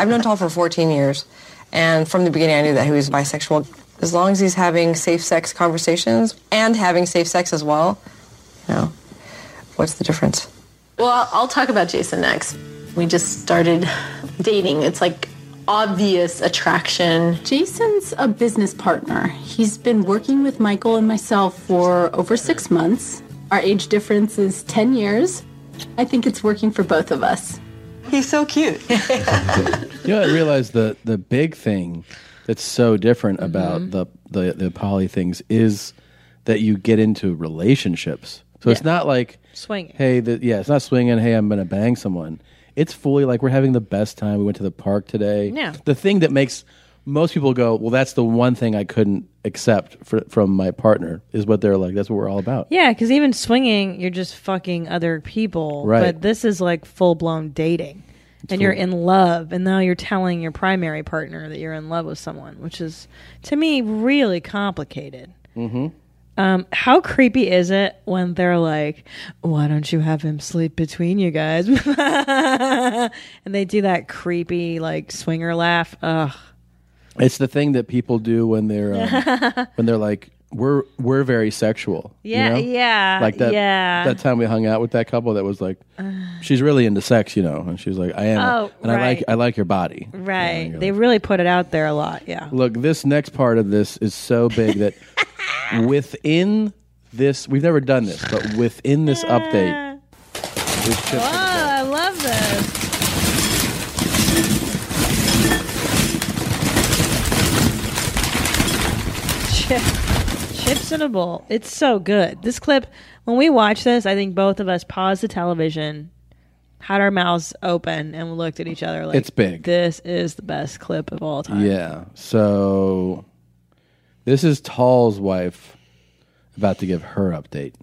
I've known Tal for 14 years, and from the beginning, I knew that he was bisexual. As long as he's having safe sex conversations and having safe sex as well, you know, what's the difference? Well, I'll- I'll talk about Jason next. We just started dating. It's like obvious attraction. Jason's a business partner. He's been working with Michael and myself for over six months. Our age difference is 10 years. I think it's working for both of us. He's so cute. you know, I realized the the big thing that's so Mm-hmm. different about the, the the poly things is that you get into relationships. So it's not like Swinging. Hey, the, yeah, it's not swinging. Hey, I'm gonna bang someone. It's fully like we're having the best time. We went to the park today. Yeah. The thing that makes most people go, well, that's the one thing I couldn't accept fr from my partner is what they're like. That's what we're all about. Yeah, because even swinging, you're just fucking other people. Right. But this is like full blown dating, and you're full- in love, and now you're telling your primary partner that you're in love with someone, which is to me really complicated. Mm-hmm. Um, how creepy is it when they're like, "Why don't you have him sleep between you guys?" <laughs> and they do that creepy like swinger laugh. Ugh. <laughs> It's the thing that people do when they're um, when they're like we're we're very sexual. you Yeah, know? yeah, Like that yeah. that time we hung out with that couple that was like she's really into sex, you know, and she's like, I am Oh, and I like right. I like your body. Right. they really put it out there a lot. Yeah. Look, this next part of this is so big that within this we've never done this, but within this update it's Whoa, just I love this. Chip, chips in a bowl. It's so good. This clip, when we watched this, I think both of us paused the television, had our mouths open, and looked at each other like, It's big. This is the best clip of all time. Yeah. So this is Tall's wife about to give her update.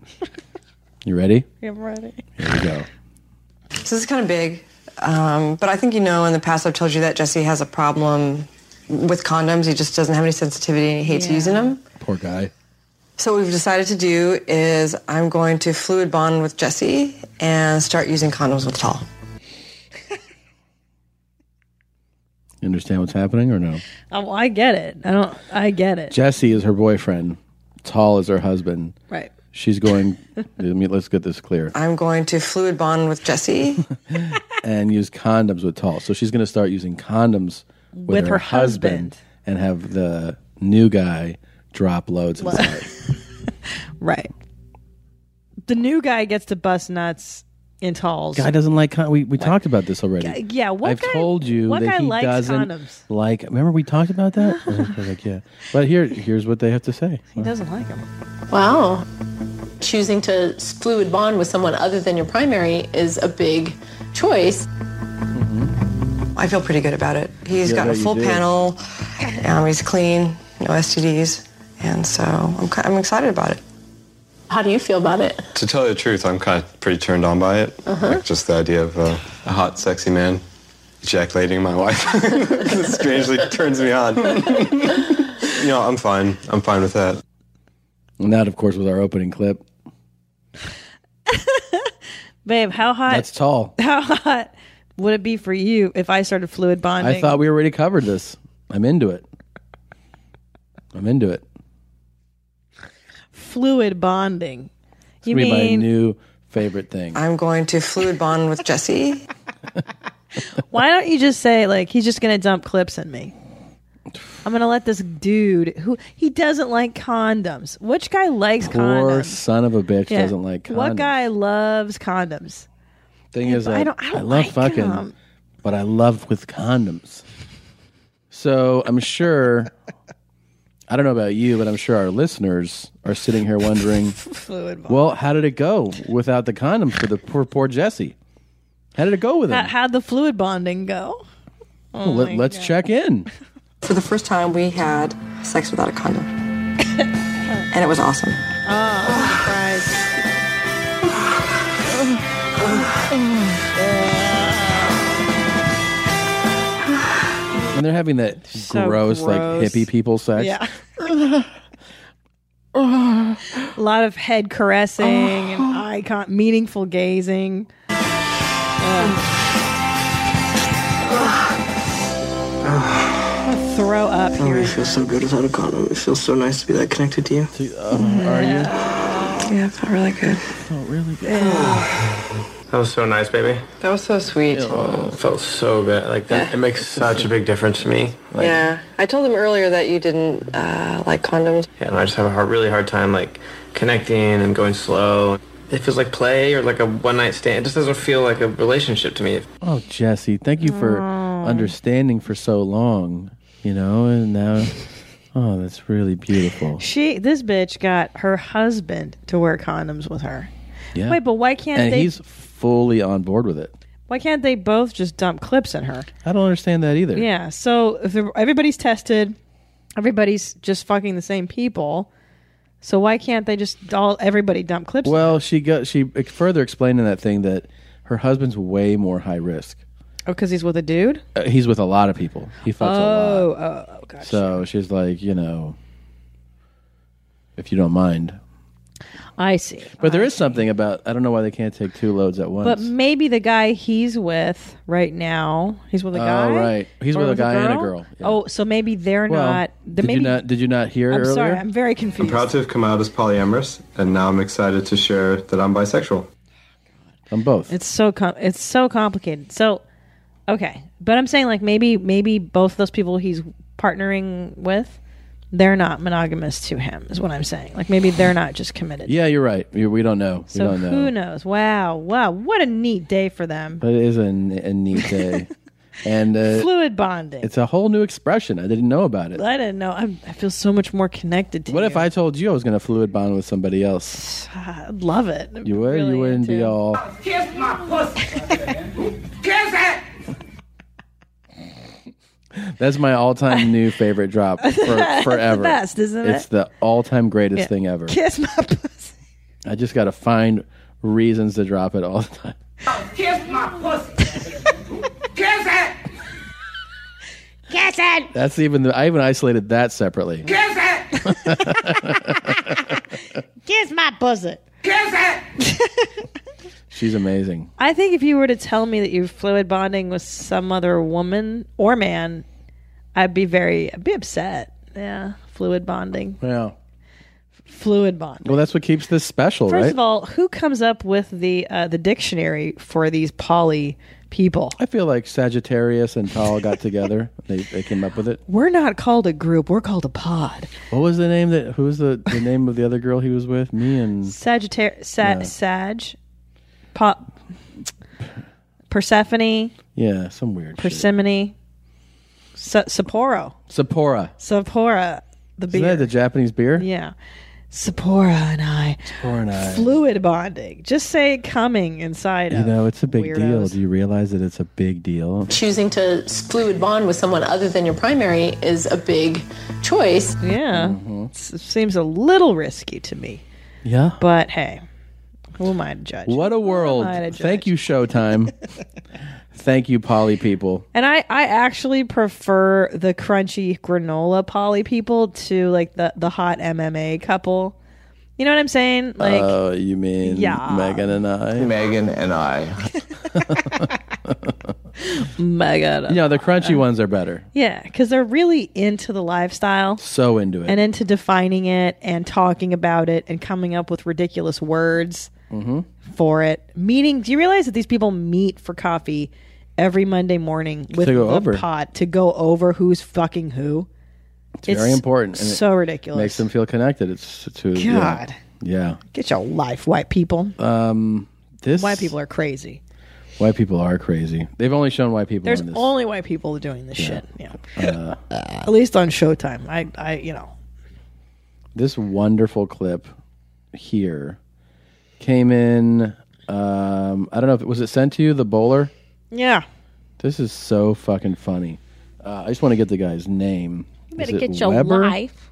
you ready? I'm ready. Here we go. So this is kind of big, um, but I think you know in the past I've told you that Jesse has a problem with condoms. He just doesn't have any sensitivity and he hates using them. Poor guy. So what we've decided to do is I'm going to fluid bond with Jesse and start using condoms with Tall. You understand what's happening or no? Oh, I get it. I don't. I get it. Jesse is her boyfriend. Tall is her husband. Right. She's going. let me, let's get this clear. I'm going to fluid bond with Jesse. And use condoms with Tall. So she's going to start using condoms with, With her, her husband, and have the new guy drop loads Lo- inside. <laughs> right. The new guy gets to bust nuts in talls. guy doesn't like con- we we talked about this already. Guy- yeah, what I've guy- told you what that guy he likes doesn't condoms? like. Remember we talked about <laughs> that? And I was like, yeah. But here here's what they have to say. He doesn't like them. Wow. Choosing to s- fluid bond with someone other than your primary is a big choice. I feel pretty good about it. He's Yeah, I got a bet you full do. panel. Um, he's clean, no STDs, and so I'm, ki- I'm excited about it. How do you feel about it? To tell you the truth, I'm kind of pretty turned on by it. Uh-huh. Like just the idea of uh, a hot, sexy man ejaculating my wife <laughs> <laughs> strangely turns me on. you know, I'm fine. I'm fine with that. And that of course was our opening clip. Babe, how hot? That's tall. <laughs> How hot would it be for you if I started fluid bonding? I thought we already covered this. I'm into it. I'm into it. fluid bonding. It's You gonna be my mean new favorite thing. I'm going to fluid bond with Jesse. why don't you just say like he's just gonna dump clips in me? I'm gonna let this dude who he doesn't like condoms. Which guy likes Poor condoms? son of a bitch Yeah. doesn't like condoms. What guy loves condoms? Thing is, but I I, don't- I don't love like fucking, 'em. but I love with condoms. So I'm sure, I don't know about you, but I'm sure our listeners are sitting here wondering, Fluid bond. well, how did it go without the condoms for the poor, poor Jesse? How did it go with How, him? how'd the fluid bonding go? Oh Well, let, let's check in. For the first time, we had sex without a condom, and it was awesome. Oh, surprise. And they're having that gross, like gross. hippie people sex. Yeah. <laughs> a lot of head <sighs> caressing and eye con- meaningful gazing. <sighs> I'm gonna throw up Oh, it here. feels so good without a condom. It feels so nice to be that connected to you. are you? Yeah, it felt really good. Felt <sighs> really good. That was so nice, baby. That was so sweet. Oh, it felt so good. Like that, it makes such a big difference to me. Like, yeah, I told him earlier that you didn't uh, like condoms. yeah, and I just have a hard, really hard time like connecting and going slow. It feels like play or like a one night stand. It just doesn't feel like a relationship to me. Oh, Jesse, thank you for Oh. understanding for so long, you know, and now, oh, that's really <laughs> beautiful. She, this bitch, got her husband to wear condoms with her. Yeah. Wait, but why can't and they? he's fully on board with it. Why can't they both just dump clips in her? I don't understand that either. Yeah. So if they're- everybody's tested, everybody's just fucking the same people. So why can't they just all everybody dump clips? Well, she got she ex- further explained in that thing that her husband's way more high risk. Oh, because he's with a dude. Uh, he's with a lot of people. He fucks oh, a lot. oh, So she's like, you know, if you don't mind, I see. But there is something about I don't know why they can't take two loads at once. But maybe the guy he's with right now, he's with a Oh, guy. right. He's Or with a guy and a girl, Oh, so maybe they're Well, not. the- did you maybe, not- did you not hear I'm sorry, earlier? I'm very I'm confused. proud to have come out as polyamorous, and now I'm excited to share that I'm bisexual. I'm both. It's so com- it's so complicated. So, okay, but I'm saying like maybe maybe both those people he's partnering with, they're not monogamous to him. Is what I'm saying. Like maybe they're not just committed. Yeah, you're right. You- We don't know. So we don't know. who knows? Wow, wow, what a neat day for them. But it is a, n- a neat <laughs> day, and uh, Fluid bonding. It's a whole new expression. I didn't know about it. I didn't know. I'm, <sighs> I feel so much more connected to. What if I told you I was going to fluid bond with somebody else? I <sighs> love it. You would. you wouldn't be all. Kiss my pussy. Kiss it. That's my all-time new favorite <laughs> drop for, It's the forever. best, isn't It's it? the all-time greatest thing ever. Kiss my <laughs> pussy. I just got to find reasons to drop it all the time. Kiss my pussy. Kiss it. Kiss it. That's even. The, I even isolated that separately. <laughs> <laughs> Kiss it. Kiss my pussy. Kiss it. She's amazing. I think if you were to tell me that you're fluid bonding with some other woman or man, I'd be very, I'd be upset. Yeah, fluid bonding, Yeah. fluid bond. Well, that's what keeps this special, First right? of all, who comes up with the uh, the dictionary for these poly people? I feel like Sagittarius and Tal got together. <laughs> They they came up with it. We're not called a group. We're called a pod. What was the name that? Who was the, the name of the other girl he was with? Me and Sagittarius, sa- Yeah. Sag, pop, Persephone, yeah, some weird Persimmony, Sa- Sapporo, Sappora. Sapporo, the Isn't that beer. the Japanese beer? yeah, Sapporo and I. Sapporo and I. Fluid bonding. Just say coming inside. you of know, it's a big deal. weirdos. Do you realize that it's a big deal? Choosing to fluid bond with someone other than your primary is a big choice. Yeah. It's- It seems a little risky to me. Yeah. But hey, who am I to judge? What a world! Who am I to judge? Thank you, <laughs> Showtime. Thank you, Polly people. And I, I actually prefer the crunchy granola poly people to like the, the hot MMA couple. You know what I'm saying? Like, oh, you mean Yeah. Megan and I? Megan and I. mega. You know, the crunchy ones are better. Yeah, because they're really into the lifestyle So into it. and into defining it and talking about it and coming up with ridiculous words Mm-hmm. for it. Meeting, do you realize that these people meet for coffee every Monday morning with To go the over. pot to go over who's fucking who? It's, very important. and So it ridiculous. Makes them feel connected. It's to God. Yeah. Get your life, white people. yeah. Um, this white people are crazy. White people are crazy. They've only shown white people There's in this. only white people doing this shit. Yeah. uh, At least on Showtime. I, I, you know, this wonderful clip here came in. Um, I don't know if was it sent to you, the bowler. yeah. This is so fucking funny. Uh, I just want to get the guy's name. Is You better it get your Weber? life.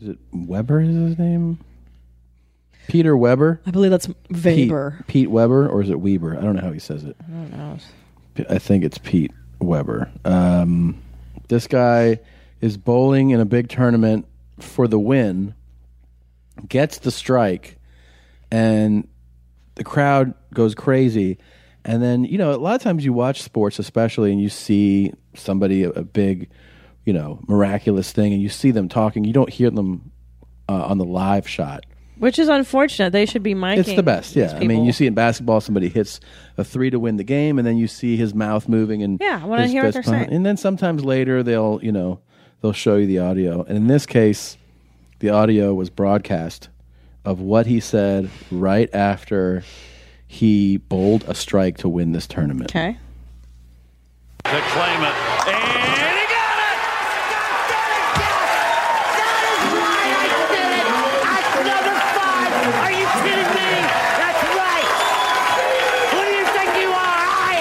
Is it Weber? Is his name? Peter Weber. I believe that's Weber. Pete, Pete Weber, or is it Weber? I don't know how he says it. I don't know. P- I think it's Pete Weber. Um, this guy is bowling in a big tournament for the win, gets the strike, and the crowd goes crazy. And then, you know, a lot of times you watch sports, especially, and you see somebody, a, a big, you know, miraculous thing, and you see them talking. You don't hear them uh, on the live shot. Which is unfortunate. They should be miking. It's the best, these yeah. I mean, people. you see in basketball, somebody hits a three to win the game, and then you see his mouth moving and Yeah, I wanna his hear fist what they're pump. saying. And then sometimes later they'll, you know, they'll show you the audio. And in this case, the audio was broadcast of what he said right after he bowled a strike to win this tournament. Okay. To claim it. And he got it. That is why I did it. That's number five. Are you kidding me? That's right. Who do you think you are? I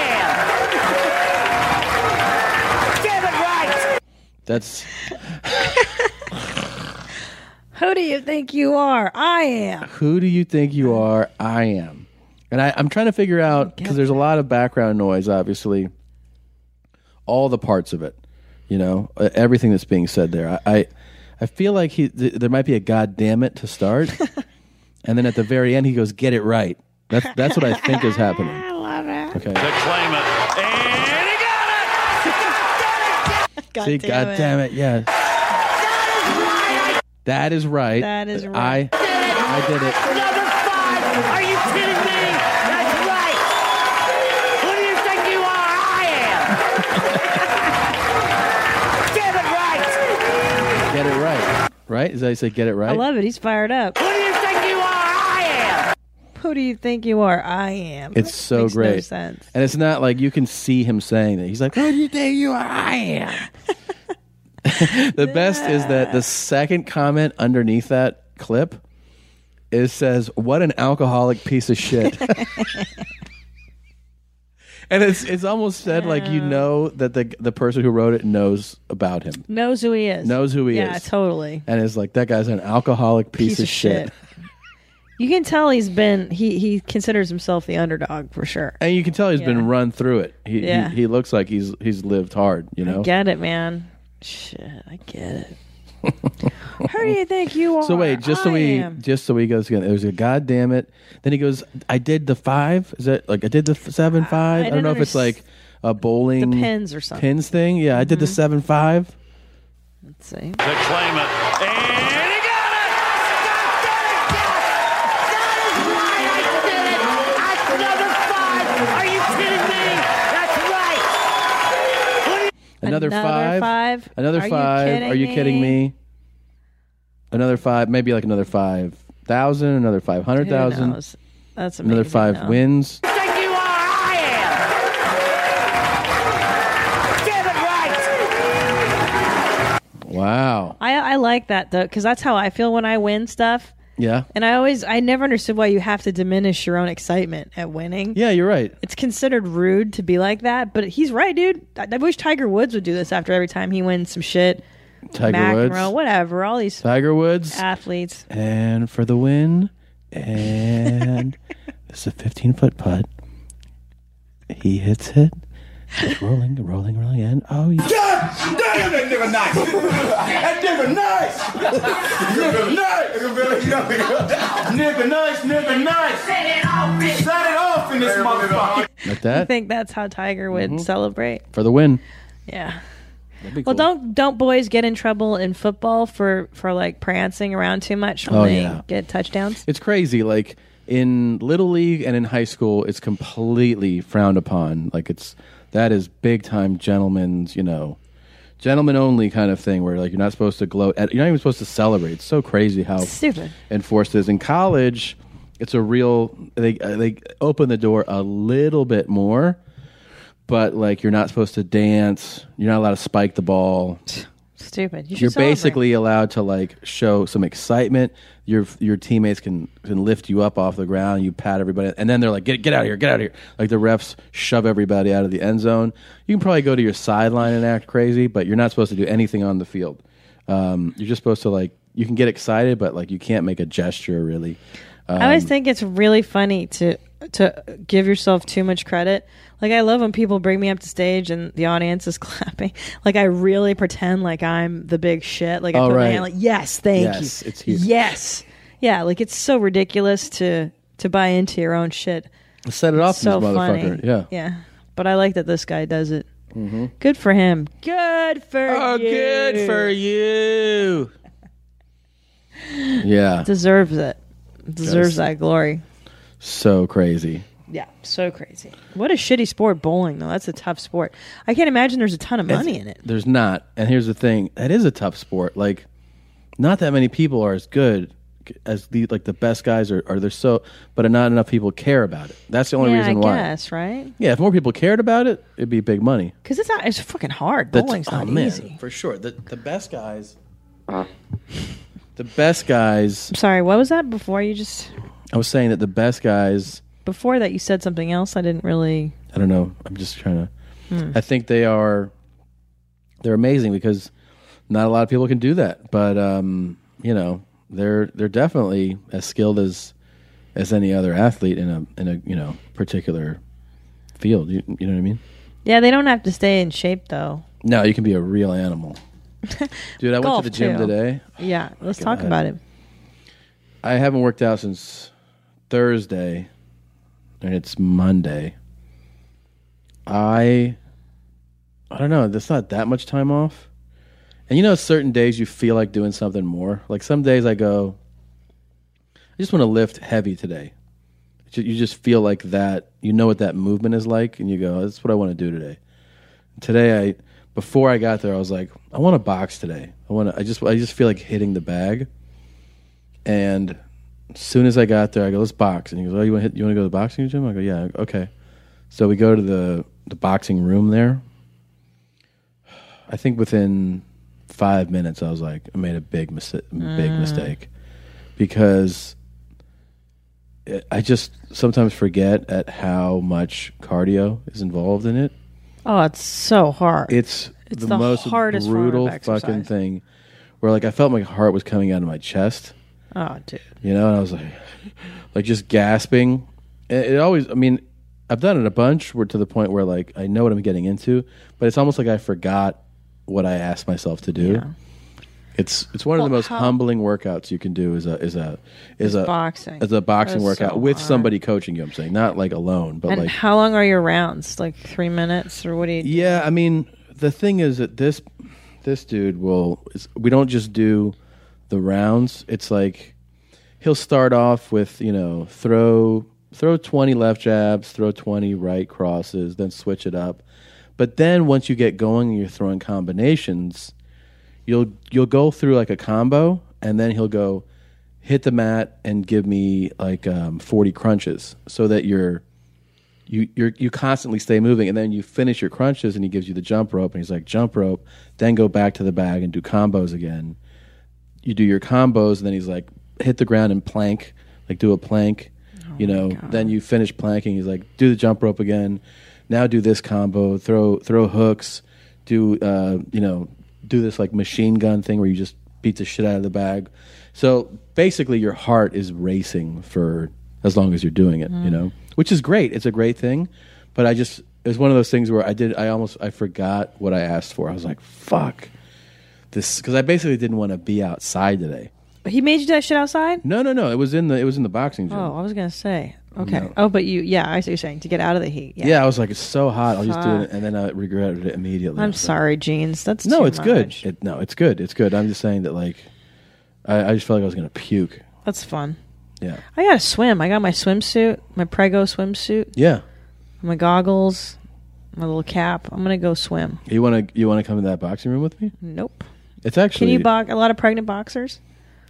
am. Damn it right. That's Who do you think you are? I am. who do you think you are? I am. And I, I'm trying to figure out because there's a lot of background noise, obviously, all the parts of it, you know, uh, everything that's <laughs> being said there. I, I, I feel like he, th- there might be a goddamn it to start, And then at the very end, he goes, "Get it right." That's that's what I think is happening. I <laughs> love it. Okay. <laughs> God See, damn God it. damn it, yeah. That is right. That is I right. I did it. Number five. Are you kidding me? That's right. Who do you think you are? I am. Get Get it right. it right. Right? Is that how you say get it right? I love it. He's fired up. Who do you think you are? I am. Who do you think you are? I am. It's so Makes no great. sense. And it's not like you can see him saying that. He's like, "Who do you <laughs> think you are? I am." the best is that the second comment underneath that clip it says, "What an alcoholic piece of <laughs> shit." and it's it's almost said like you know that the the person who wrote it knows about him. Knows who he is. Knows who he yeah, is. totally. And it's like that guy's an alcoholic piece, of, shit. You can tell he's been he he considers himself the underdog for sure. And you can tell he's Yeah. been run through it. He, he- Yeah. he looks like he's he's lived hard, you know. Get it, man. Shit, I get it. Who do you think you are? <laughs> So wait, just so I we am. just so we goes again. It was a god damn it. Then he goes, I did the five. Is that like I did the f- seven five? I, don't don't know if it's like a bowling The pins or something. Mm-hmm. pins thing. Yeah, I did the seven five. Let's see. The claimant. And he got it. That is right. I did it. That's number five. Are you kidding me? That's right. Who do you Another, Another five. five? Another Are you five. kidding Are you kidding me? me? Another five. Maybe like another five thousand. Another five hundred Who thousand. knows? That's amazing. Another five though. wins. think you are? I am. Get it right. Wow. I I like that though because that's how I feel when I win stuff. Yeah. And I always I never understood why you have to diminish your own excitement at winning. Yeah, you're right. It's considered rude to be like that, but he's right, dude. I, I wish Tiger Woods would do this after every time he wins some shit. Tiger McEnroe, Woods. whatever, all these Tiger Woods. athletes. And for the win, and it's a 15 foot putt. He hits it. It's rolling, rolling, rolling, and oh, you God damn that nigga nice. That nigga nice. Nigga nice. Nigga nice, nigga nice. Set it off, Set it off in this motherfucker. like I that Mm-hmm. think that's how Tiger would celebrate. for the win. Yeah. be Well, don't don't boys get in trouble in football for for like prancing around too much when Oh, they yeah. get touchdowns? It's crazy. Like in little league and in high school, it's completely frowned upon. Like it's that is big time gentlemen's, you know, gentlemen only kind of thing where like you're not supposed to gloat. At, you're not even supposed to celebrate. It's so crazy how Stupid. enforced is in college. It's a real they uh, they open the door a little bit more, but like you're not supposed to dance. You're not allowed to spike the ball. Stupid. You should You're celebrate. basically allowed to like show some excitement. Your your teammates can can lift you up off the ground. You pat everybody, and then they're like, "Get get out of here! Get out of here!" Like the refs shove everybody out of the end zone. You can probably go to your sideline and act crazy, but you're not supposed to do anything on the field. Um, you're just supposed to like you can get excited, but like you can't make a gesture really. Um, I always think it's really funny to to give yourself too much credit. Like I love when people bring me up to stage and the audience is <laughs> clapping. Like I really pretend like I'm the big shit. Like I Oh, put my right. hand like yes, thank Yes, you. it's huge. Yes. Yeah, like it's so ridiculous to to buy into your own shit. set it off, so this funny. motherfucker. Yeah. Yeah. But I like that this guy does it. Mm-hmm. Good for him. Good for Oh, you. good for you. Yeah. Deserves it. Deserves Does. that glory. So crazy. Yeah, so crazy. What a shitty sport, bowling, though. That's a tough sport. I can't imagine there's a ton of money in it. There's not. And here's the thing: that is a tough sport. Like, not that many people are as good as the like the best guys are. Are they're so, but not enough people care about it. That's the only yeah, reason I why. guess, right? Yeah, if more people cared about it, it'd be big money. Because it's not, it's fucking hard. That's- Bowling's oh, not man, easy. for sure. The the best guys. The best guys. I'm sorry, what was that before you just, I was saying that the best guys. before that you said something else? I didn't really, I don't know. I'm just trying to. Hmm. I think they are. They're amazing because not a lot of people can do that. But um, you know, they're they're definitely as skilled as as any other athlete in a in a you know particular field. You, you know what I mean? yeah, they don't have to stay in shape, though. No, you can be a real <laughs> animal, dude. I went Golf, to the gym too. today. Yeah, let's talk God. about it. I haven't worked out since Thursday, and it's Monday. I I don't know. That's not that much time off. And you know, certain days you feel like doing something more. Like some days I go, I just want to lift heavy today. Ju- You just feel like that. You know what that movement is like, and you go, that's what I want to do today. Today, I before I got there, I was like, I want to box today. I want to. I just I just feel like hitting the bag. And as soon as I got there, I go, let's box. And he goes, oh, you want to hit, you want to go to the boxing gym? I go, yeah, okay. So we go to the the boxing room there. I think within five minutes, I was like, I made a big mistake, big Mm. mistake, because it- I just sometimes forget at how much cardio is involved in it. Oh, it's so hard. It's, It's the, the most hardest form of brutal exercise. fucking thing. Where like I felt my heart was coming out of my chest. Oh, dude. You know, and I was like, <laughs> like just gasping. It, it always, I mean, I've done it a bunch. Where to the point where like I know what I'm getting into, but it's almost like I forgot what I asked myself to do. It's it's one of the Well, most how- humbling workouts you can do is a is a is Is a boxing. is a boxing That is so workout with somebody coaching you. I'm saying not like alone, but and like how long are your rounds? Like three minutes, or what do you? yeah, I mean, the thing is that this this dude will is- we don't just do the rounds. It's like he'll start off with, you know, throw throw 20 left jabs, throw 20 right crosses, then switch it up. But then once you get going and you're throwing combinations, you'll you'll go through like a combo and then he'll go hit the mat and give me like um, 40 crunches so that you're you you're, you constantly stay moving, and then you finish your crunches, and he gives you the jump rope, and he's like jump rope, then go back to the bag and do combos again. You do your combos, and then he's like hit the ground and plank, like do a plank, you know. Then you finish planking. He's like do the jump rope again. Now do this combo, throw throw hooks, do uh, you know do this like machine gun thing where you just beat the shit out of the bag. So basically, your heart is racing for as long as you're doing it, you know, which is great. It's a great thing, but I just it was one of those things where I did I almost I forgot what I asked for. I was like, fuck this because I basically didn't want to be outside today. He made you do that shit outside. No, no, no. It was in the it was in the boxing gym. Oh, I was gonna say. Okay. No. Oh, but you. Yeah, I see what you're saying to get out of the heat. Yeah. Yeah. I was like, it's so hot. I'll just do it, Fuck. and then I regretted it immediately. I'm sorry, jeans. That's no, too it's good. It, no, it's good. It's good. I'm just saying that like, I, I just felt like I was gonna puke. much. That's fun. Yeah, I gotta swim. I got my swimsuit, my Prego swimsuit, yeah. my goggles, my little cap. I'm gonna go swim. You wanna you wanna come to that boxing room with me? Nope. It's actually Can you box a lot of pregnant boxers?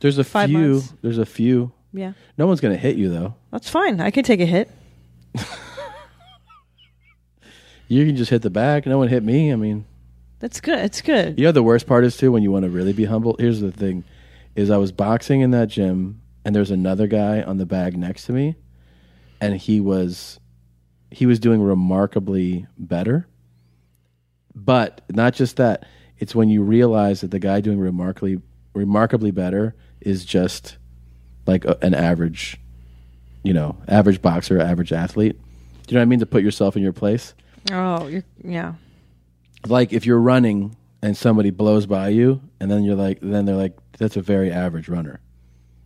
There's a Five few. months? There's a few. Yeah. No one's gonna hit you though. That's fine. I can take a hit. You can just hit the back. No one hit me. I mean, That's good. It's good. you know the worst part is too when you want to really be humble. Here's the thing: is I was boxing in that gym, and there's another guy on the bag next to me, and he was he was doing remarkably better. But not just that; it's when you realize that the guy doing remarkably remarkably better is just like a, an average, you know, average boxer, average athlete. Do you know what I mean? To put yourself in your place Oh, you're yeah. like if you're running and somebody blows by you and then you're like then they're like that's a very average runner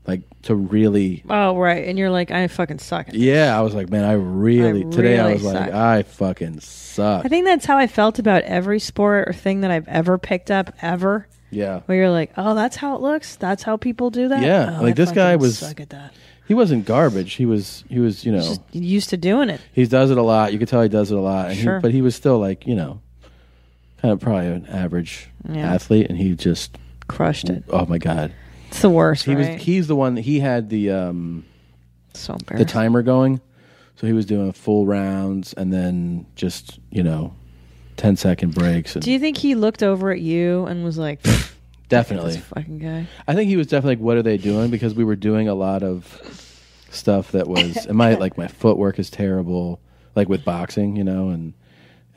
like to really Oh, right. And you're like, I fucking suck. yeah i was like man i really I today i really was like suck. i fucking suck I think that's how I felt about every sport or thing that I've ever picked up ever. yeah Where you're like, oh, that's how it looks. That's how people do that. yeah Oh, I like this guy fucking was suck at that. he wasn't garbage he was he was you know Just used to doing it. he does it a lot you could tell he does it a lot and he- Sure. but he was still like you know kind of probably an average Yeah. athlete and he just crushed it oh my god It's the worst. He right? was he's the one that he had the um so the timer going. So he was doing full rounds and then just, you know, 10 second breaks and Do you think he looked over at you and was like, "Pfft, definitely. this fucking guy? I think he was definitely like what are they doing because we were doing a lot of stuff that was and my like my footwork is terrible like with boxing, you know, and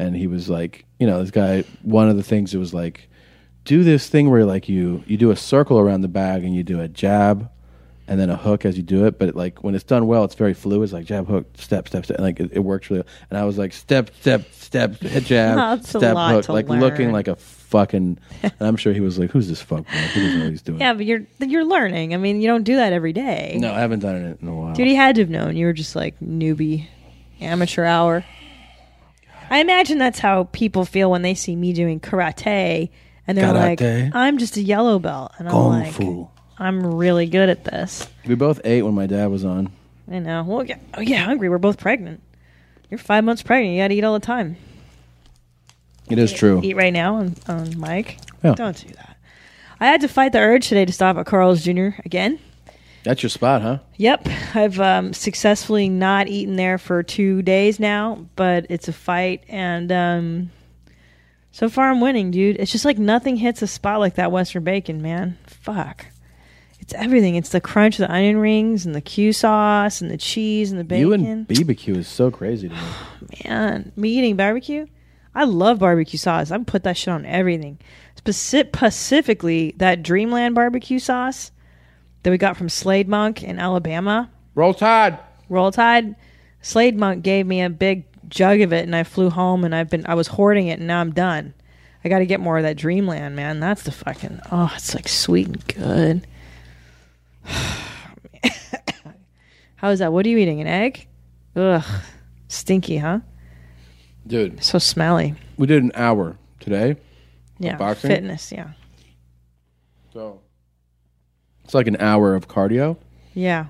and he was like, you know, this guy one of the things it was like do this thing where like you you do a circle around the bag and you do a jab and then a hook as you do it. But it, like when it's done well, it's very fluid. It's like jab, hook, step, step, step. And, like it, it works really. And I was like step, step, step, hit jab, <laughs> That's a step, lot hook, to like learn. looking like a fucking. and I'm sure he was like, "Who's this fuck? Man? He doesn't know what he's doing." Yeah, but you're you're learning. I mean, you don't do that every day. No, I haven't done it in a while. Dude, he had to have known. You were just like newbie, amateur hour. I imagine that's how people feel when they see me doing karate, and they're Karate. like, "I'm just a yellow belt," and I'm Kung like, fu. "I'm really good at this." We both ate when my dad was on. I know. Well, yeah, oh yeah, hungry. We're both pregnant. You're five months pregnant. You got to eat all the time. It is true. Eat right now on, on Mike. Yeah. Don't do that. I had to fight the urge today to stop at Carl's Jr. again. That's your spot, huh? Yep, I've um, successfully not eaten there for two days now, but it's a fight, and um, so far I'm winning, dude. It's just like nothing hits a spot like that Western bacon, man. Fuck, it's everything. It's the crunch of the onion rings and the Q sauce and the cheese and the bacon. You and BBQ is so crazy to me. Man, me eating barbecue. I love barbecue sauce. I would put that shit on everything. Speci- specifically, that Dreamland barbecue sauce that we got from Slade Monk in Alabama. Roll Tide. Roll Tide. Slade Monk gave me a big jug of it, and I flew home, and I've been I was hoarding it, and now I'm done. I got to get more of that Dreamland, man. That's the fucking oh, it's like sweet and good. How is that? What are you eating? An egg? Ugh, stinky, huh? Dude. So smelly. We did an hour today. Yeah, Boxing. fitness. Yeah, So it's like an hour of cardio, yeah.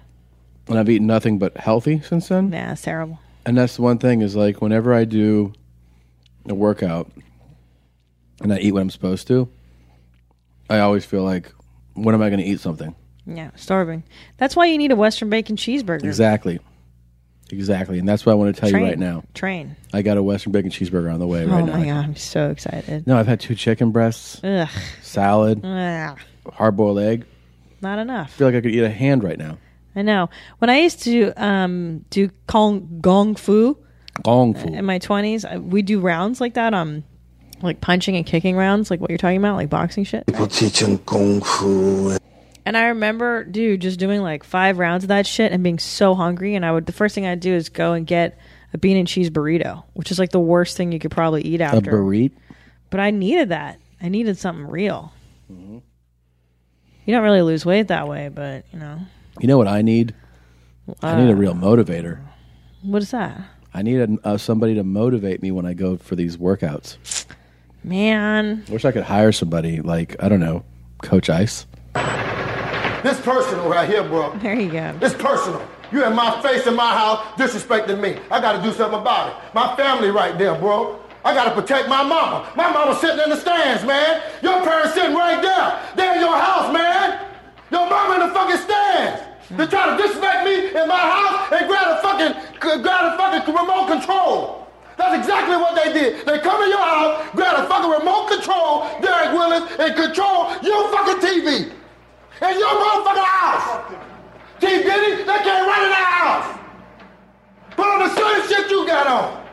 and I've eaten nothing but healthy since then. Yeah, it's terrible. And that's the one thing is like whenever I do a workout and I eat what I'm supposed to, I always feel like, when am I going to eat something? Yeah, starving. That's why you need a Western bacon cheeseburger. Exactly. Exactly. And that's what I want to tell Train. you right now. Train. I got a Western bacon cheeseburger on the way Oh right now. my god, I'm so excited. No, I've had two chicken <laughs> breasts, Ugh. salad, Ugh. hard boiled egg. Not I enough. feel like I could eat a hand right now. I know. When I used to um, do kung gong fu Gong uh, fu. in my twenties, we do rounds like that. Um, like punching and kicking rounds, like what you're talking about, like boxing shit. People teaching kung fu. And I remember, dude, just doing like five rounds of that shit and being so hungry. And I would the first thing I'd do is go and get a bean and cheese burrito, which is like the worst thing you could probably eat A after. burrito. but I needed that. I needed something real. You don't really lose weight that way, but you know You know what I need? I need a Uh. real motivator. what is that? I need an uh, somebody to motivate me when I go for these workouts. Man. I wish I could hire somebody like I don't know, Coach Ice. This personal right here, bro. There you go. This personal. You in my face in my house disrespecting me. I gotta do something about it. My family right there, bro. I gotta protect my mama. My mama sitting in the stands, man. Your parents sitting right there. They're in your house, man. Your mama in the fucking stands. They try to disrespect me in my house and grab a fucking grab a fucking remote control. That's exactly what they did. They come in your house, grab a fucking remote control, Derek Willis, and control your fucking TV. And your motherfucking house. T. Diddy, they can't run in the house. Put on the same shit you got on.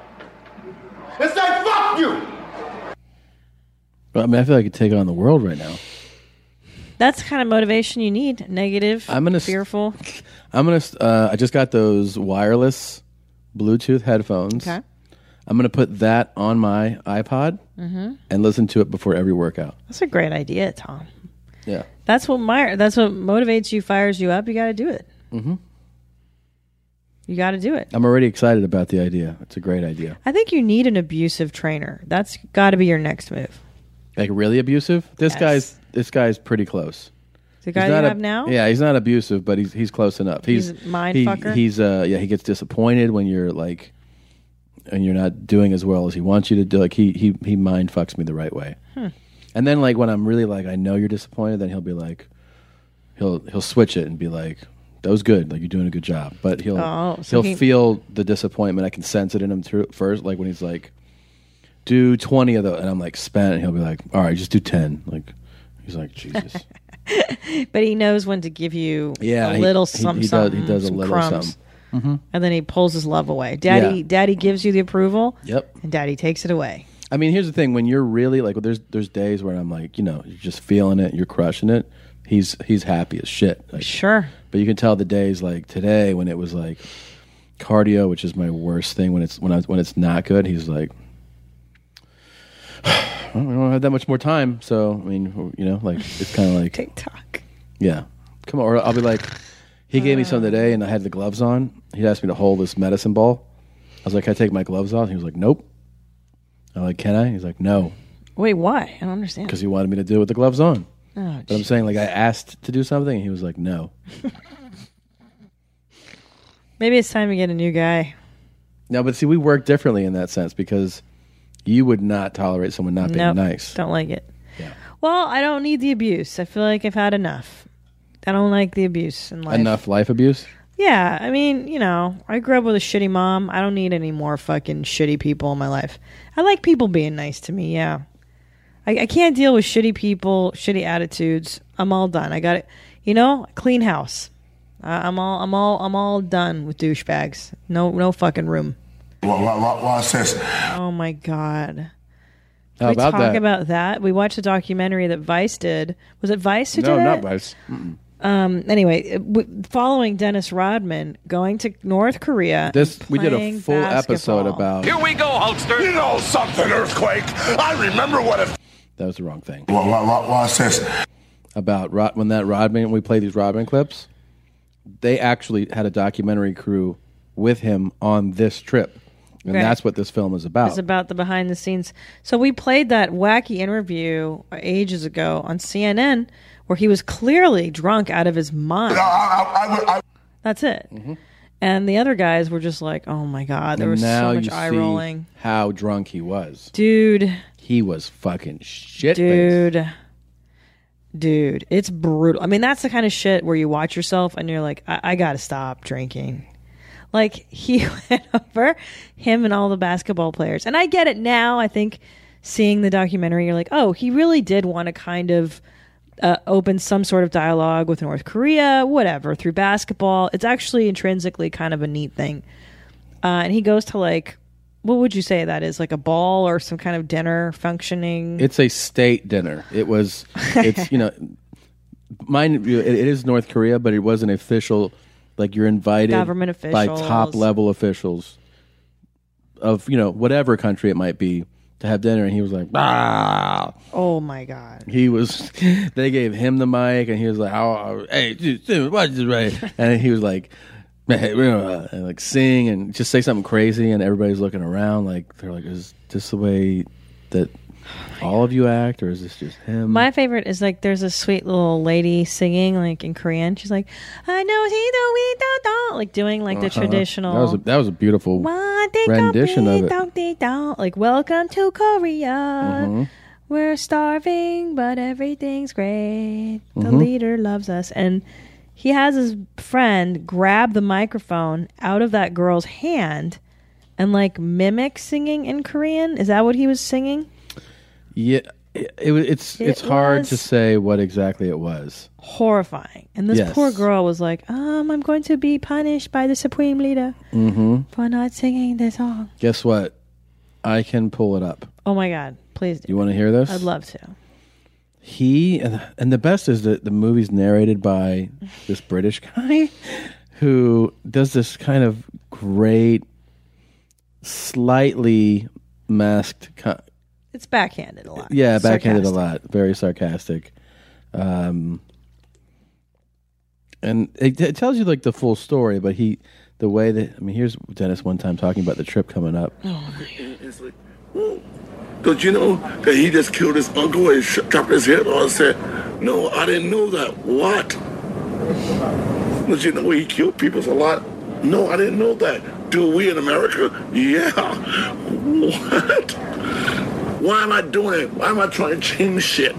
And say, fuck you. But, I mean, I feel like I could take on the world right now. That's the kind of motivation you need. Negative. I'm gonna s- fearful. I'm gonna. Uh, I just got those wireless Bluetooth headphones. Okay. I'm gonna put that on my iPod Mhm. and listen to it before every workout. That's a great idea, Tom. Yeah. That's what my, that's what motivates you, fires you up. You got to do it. Mm-hmm. You got to do it. I'm already excited about the idea. It's a great idea. I think you need an abusive trainer. That's got to be your next move. Like really abusive. This guy's. This guy's pretty close. The He's guy you not a- have now. Yeah, he's not abusive, but he's he's close enough. He's, He's a mind he- fucker? He's uh yeah, he gets disappointed when you're like and you're not doing as well as he wants you to do. Like he he he mind fucks me the right way. Hmm. And then like when I'm really like I know you're disappointed, then he'll be like he'll he'll switch it and be like that was good. Like you're doing a good job, but he'll Oh, so he'll he- feel the disappointment. I can sense it in him through first, like when he's like, "Do twenty of those," and I'm like, "Spent." And he'll be like, "All right, just do 10. Like he's like, "Jesus." <laughs> but he knows when to give you Yeah, a he- little he- something. he does- he does a some little crumbs, something. Mhm. and then he pulls his love away. Daddy, Yeah. daddy gives you the approval. Yep. and daddy takes it away. I mean, here's the thing: when you're really like, there's there's days where I'm like, you know, you're just feeling it, you're crushing it, he's he's happy as shit. Like, sure. But you can tell the days like today when it was like cardio, which is my worst thing when it's when I when it's not good. He's like, <sighs> well, we don't have that much more time, so I mean, you know, like it's <laughs> kind of like TikTok. Yeah, come on. Or I'll be like, he gave me some today, and I had the gloves on. He asked me to hold this medicine ball. I was like, can I take my gloves off? He was like, nope. I'm like, can I? He's like, no, Wait, why? I don't understand. because he wanted me to do it with the gloves on. Oh, But I'm saying, like, I asked to do something, and he was like, no. Maybe it's time to get a new guy. No, but see, we work differently in that sense because you would not tolerate someone not being Nope, nice. Don't like it. Well, I don't need the abuse. I feel like I've had enough. I don't like the abuse in life. Enough life abuse. Yeah, I mean, you know, I grew up with a shitty mom. I don't need any more fucking shitty people in my life. I like people being nice to me. Yeah, I, I can't deal with shitty people, shitty attitudes. I'm all done. I got it. You know, clean house. Uh, I'm all, I'm all, I'm all done with douchebags. No, no fucking room. Why, why, why, why says Oh my god. Can How we about talk that? about that? We watched a documentary that Vice did. Was it Vice who No, did not it? vice. Mm-mm. Um, anyway, uh, w- following Dennis Rodman going to North Korea. This and we did a playing full episode basketball. about. we go, Hulkster. You know something, Earthquake. I remember what it. That was the wrong thing. Why, why, why, why says About Rod, when that Rodman, we played these Rodman clips. They actually had a documentary crew with him on this trip, and Right. that's what this film is about. It's about the behind the scenes. So we played that wacky interview ages ago on CNN where he was clearly drunk out of his mind. That's it. And the other guys were just like, "Oh my god, there Mm-hmm. And was now so much you eye see rolling, How drunk he was, dude." He was fucking shit. dude dude it's brutal i mean that's the kind of shit where you watch yourself and you're like i, I gotta stop drinking like <laughs> he went over him and all the basketball players and i get it now i think seeing the documentary you're like oh he really did want to kind of uh, open some sort of dialogue with north korea whatever through basketball it's actually intrinsically kind of a neat thing uh, and he goes to like what would you say that is like a ball or some kind of dinner functioning It's a state dinner. It was, it's you know, <laughs> mind you, it, it is North Korea, but it was an official, like you're invited Government by top officials. level officials of you know whatever country it might be to have dinner, and he was like, ah, Oh my god. he was. <laughs> They gave him the mic, and he was like, "How? Hey, dude, dude, watch this <laughs> right?" And he was like. uh, And like sing and just say something crazy, and everybody's looking around like they're like, "Is this the way that all of you act, or is this just him?" My favorite is like there's a sweet little lady singing like in Korean. She's like, I know he do we do do like doing like the Uh-huh. traditional That was a, that was a beautiful "Wah, dee, dong, rendition dee, of it. dong, dee, dong," like welcome to Korea. Mhm. We're starving, but everything's great. The Mhm. leader loves us. And he has his friend grab the microphone out of that girl's hand and like mimic singing in Korean. Is that what he was singing? Yeah, it, it, was- it's It it's hard to was- say what exactly it was. horrifying. And this Yes. poor girl was like, um, I'm going to be punished by the supreme leader hmm for not singing the song. Guess what? I can pull it up. Oh my God, please do. You want to hear this? I'd love to. He and and the best is that the movie's narrated by this British <laughs> guy who does this kind of great, slightly masked co- It's backhanded a lot. Yeah, backhanded a Sarcastic. lot. Very sarcastic. Um, and it, it tells you like the full story, but he, the way that I mean, here's Dennis one time talking about the trip coming up. It's like, "Hmm, Don't you know that he just killed his uncle and sh- chopped his head off? I said, No, I didn't know that. What? Don't you know he killed people a lot? No, I didn't know that. Do we in America? Yeah. <laughs> What? Why am I doing it? Why am I trying to change shit?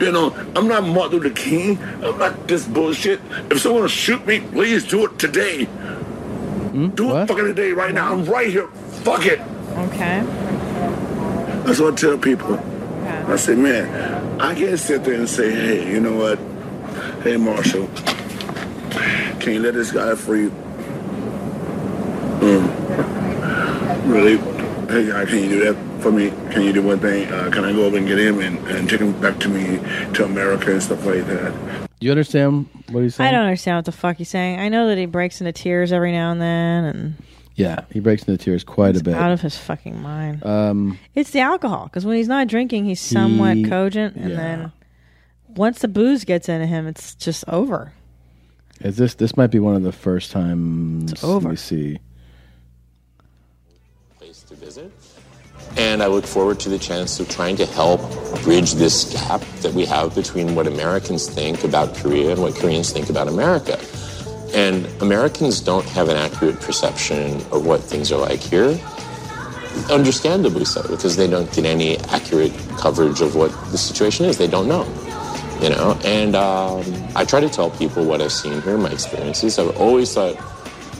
You know, I'm not Martin Luther King. I'm not this bullshit. If someone wants to shoot me, please do it today. Do it fucking today, right now. I'm right here. Fuck it. Okay. That's what I tell people. I say, man, I can't sit there and say, hey, you know what? Hey, Marshall, can you let this guy free? Mm. Really? hey, uh, can you do that for me? Can you do one thing? Uh, can I go over and get him and, and take him back to me to America and stuff like that? Do you understand what he's saying? I don't understand what the fuck he's saying. I know that he breaks into tears every now and then, and Yeah, he breaks into tears quite a bit. out of his fucking mind. Um, It's the alcohol because when he's not drinking, he's somewhat He- cogent, and yeah. then once the booze gets into him, it's just over. is this this might be one of the first times It's over. we see? place to visit. And I look forward to the chance of trying to help bridge this gap that we have between what Americans think about Korea and what Koreans think about America. And Americans don't have an accurate perception of what things are like here. Understandably so, because they don't get any accurate coverage of what the situation is. They don't know. You know, and um, I try to tell people what I've seen here, my experiences. I've always thought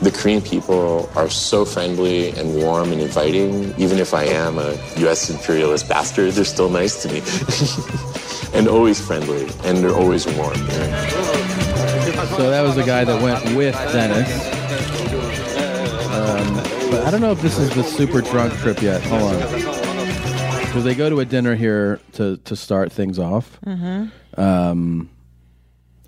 the Korean people are so friendly and warm and inviting. Even if I am a U.S. imperialist bastard, they're still nice to me. <laughs> and always friendly, and they're always warm. So that was the guy that went with Dennis. Um, but I don't know if this is the super drunk trip yet. Hold on, Mm-hmm. because they go to a dinner here to to start things off. Mhm. Mm-hmm. Um,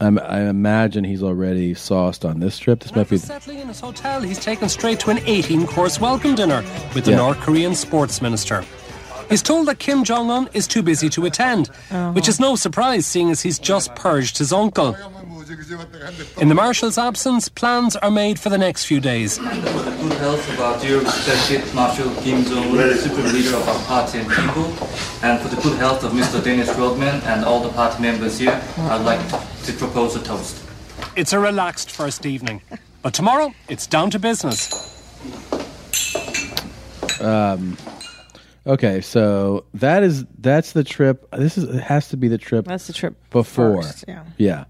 I'm, I imagine he's already sauced on this trip. This might be Settling in his hotel, he's taken straight to an 18 course welcome dinner with the Yeah. North Korean sports minister. He's told that Kim Jong un is too busy to attend, which is no surprise seeing as he's just purged his uncle. In the Marshal's absence, plans are made for the next few days. Good health of our dear Mr. Chief Marshal Kim Jong-un, Supreme Leader of our party and people, and for the good health of Mr. Dennis Rodman and all the party members here, I'd like to propose a toast. It's a relaxed first evening, but tomorrow it's down to business. Um, okay, so that is that's the trip. This is it has to be the trip. That's the trip before. first, yeah. yeah,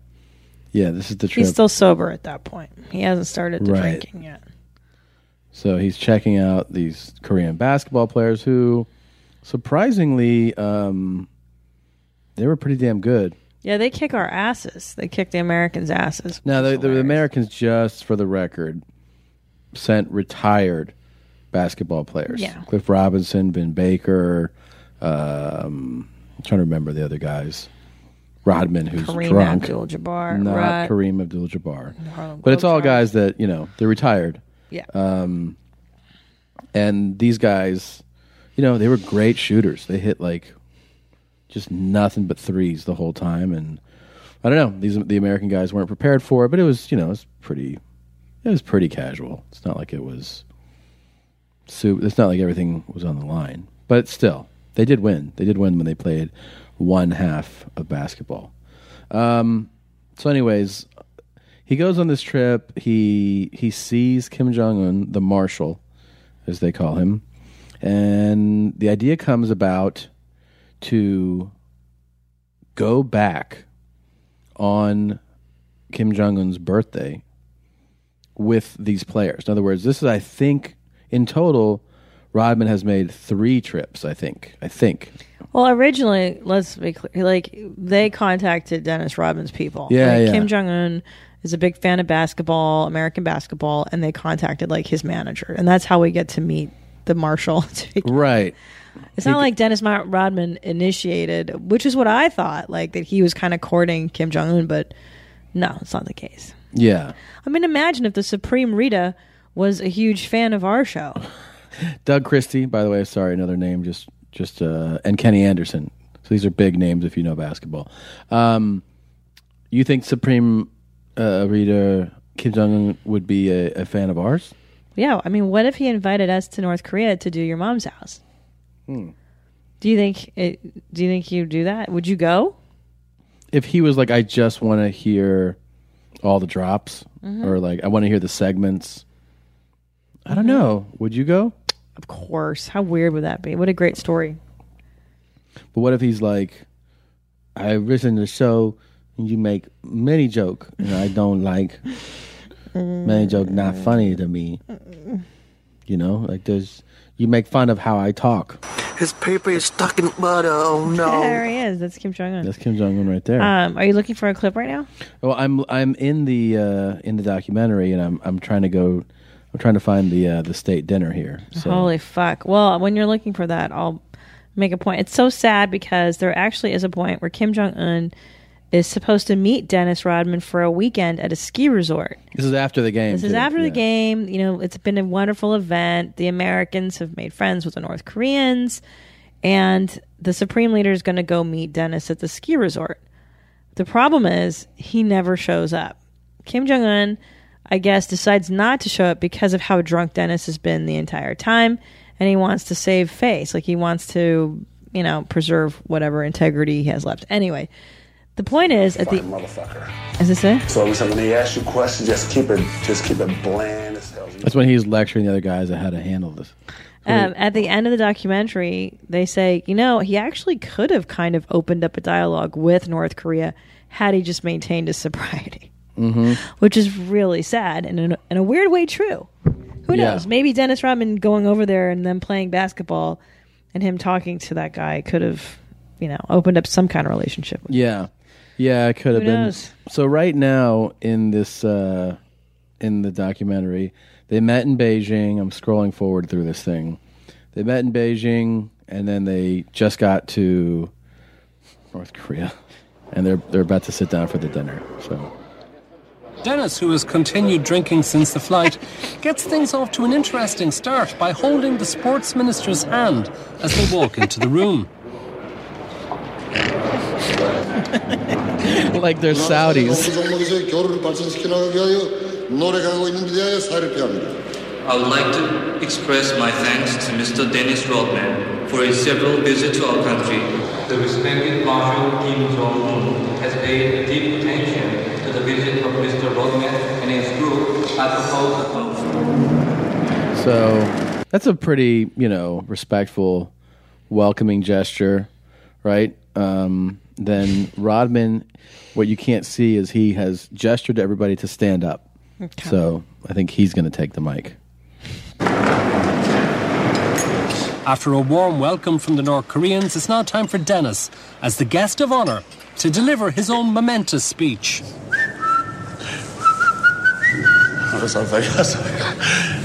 yeah. This is the trip. He's still sober at that point. He hasn't started to Right. drinking yet. So he's checking out these Korean basketball players who, surprisingly, um, they were pretty damn good. Yeah, they kick our asses. They kick the Americans' asses. Now the, the Americans, just for the record, sent retired basketball players. Yeah. Cliff Robinson, Ben Baker. Um, I'm trying to remember the other guys. Rodman, who's Kareem drunk. Abdul-Jabbar, not right. Kareem Abdul-Jabbar. Harlem But it's all guys that you know they're retired. Yeah. Um, and these guys, you know, they were great shooters. They hit like just nothing but threes the whole time, and I don't know. These the American guys weren't prepared for it, but it was you know it was pretty, it was pretty casual. It's not like it was, super, it's not like everything was on the line, but still they did win. They did win when they played one half of basketball. Um, so, anyways, he goes on this trip. He he sees Kim Jong Un, the marshal, as they call him, and the idea comes about to go back on Kim Jong Un's birthday with these players. In other words, this is I think in total, Rodman has made three trips. I think. I think. Well, originally, let's be clear, like they contacted Dennis Rodman's people. Yeah, Like, yeah. Kim Jong Un is a big fan of basketball, American basketball, and they contacted like his manager, and that's how we get to meet the <laughs> marshal. right. It's not like Dennis Mar- Rodman initiated, which is what I thought, like that he was kind of courting Kim Jong Un, but no, it's not the case. Yeah. I mean, imagine if the Supreme Rita was a huge fan of our show. Doug Christie, by the way, sorry, another name, just just uh, and Kenny Anderson. So these are big names if you know basketball. Um, you think Supreme uh, Reader Kim Jong Un would be a, a fan of ours? Yeah, I mean, what if he invited us to North Korea to do your mom's house? Hmm. Do you think it, do you think you'd do that? Would you go? If he was like, I just want to hear all the drops, Mhm. or like I want to hear the segments. I don't know. Would you go? Of course. How weird would that be? What a great story. But what if he's like, I listen to the show and you make many joke and I don't <laughs> like many joke not funny to me. You know, like there's you make fun of how I talk. His paper is stuck in butter. Oh There he is. That's Kim Jong Un. That's Kim Jong Un right there. Um, are you looking for a clip right now? well, I'm I'm in the uh, in the documentary and I'm I'm trying to go I'm We're trying to find the uh, the state dinner here. So Holy fuck. Well, when you're looking for that, I'll make a point. It's so sad because there actually is a point where Kim Jong un is supposed to meet Dennis Rodman for a weekend at a ski resort. this is after the game. This is too. after Yeah. the game. You know, it's been a wonderful event. The Americans have made friends with the North Koreans, and the Supreme Leader is going to go meet Dennis at the ski resort. The problem is he never shows up. Kim Jong Un, I guess, decides not to show up because of how drunk Dennis has been the entire time, and he wants to save face. Like he wants to, you know, preserve whatever integrity he has left. Anyway, the point is at the Fine motherfucker. is this it? So listen, when he asks you questions, just keep it, just keep it bland as hell. That's when he's lecturing the other guys on how to handle this. Um, at the end of the documentary, they say, you know, he actually could have kind of opened up a dialogue with North Korea had he just maintained his <laughs> sobriety, Mm-hmm. which is really sad and in a, in a weird way true. Who Yeah. knows? Maybe Dennis Rodman going over there and then playing basketball and him talking to that guy could have, you know, opened up some kind of relationship. Yeah, yeah, it could have Who been. knows? So right now in this uh, in the documentary, they met in Beijing. I'm scrolling forward through this thing. They met in Beijing, and then they just got to North Korea, and they're they're about to sit down for the dinner. So <laughs> Dennis, who has continued drinking since the flight, gets things off to an interesting start by holding the sports minister's hand as they walk into the room. like they're Saudis. I would like to express my thanks to Mr. Dennis Rodman for his several visits to our country. The respected Marshal Kim Jong-un has paid deep attention to the visit of Mr. Rodman and his group. I propose a So that's a pretty you know respectful, welcoming gesture, right? Um, then Rodman, what you can't see is he has gestured to everybody to stand up. Okay. So I think he's going to take the mic. After a warm welcome from the North Koreans, it's now time for Dennis, as the guest of honour, to deliver his own momentous I speech. was like, I was like,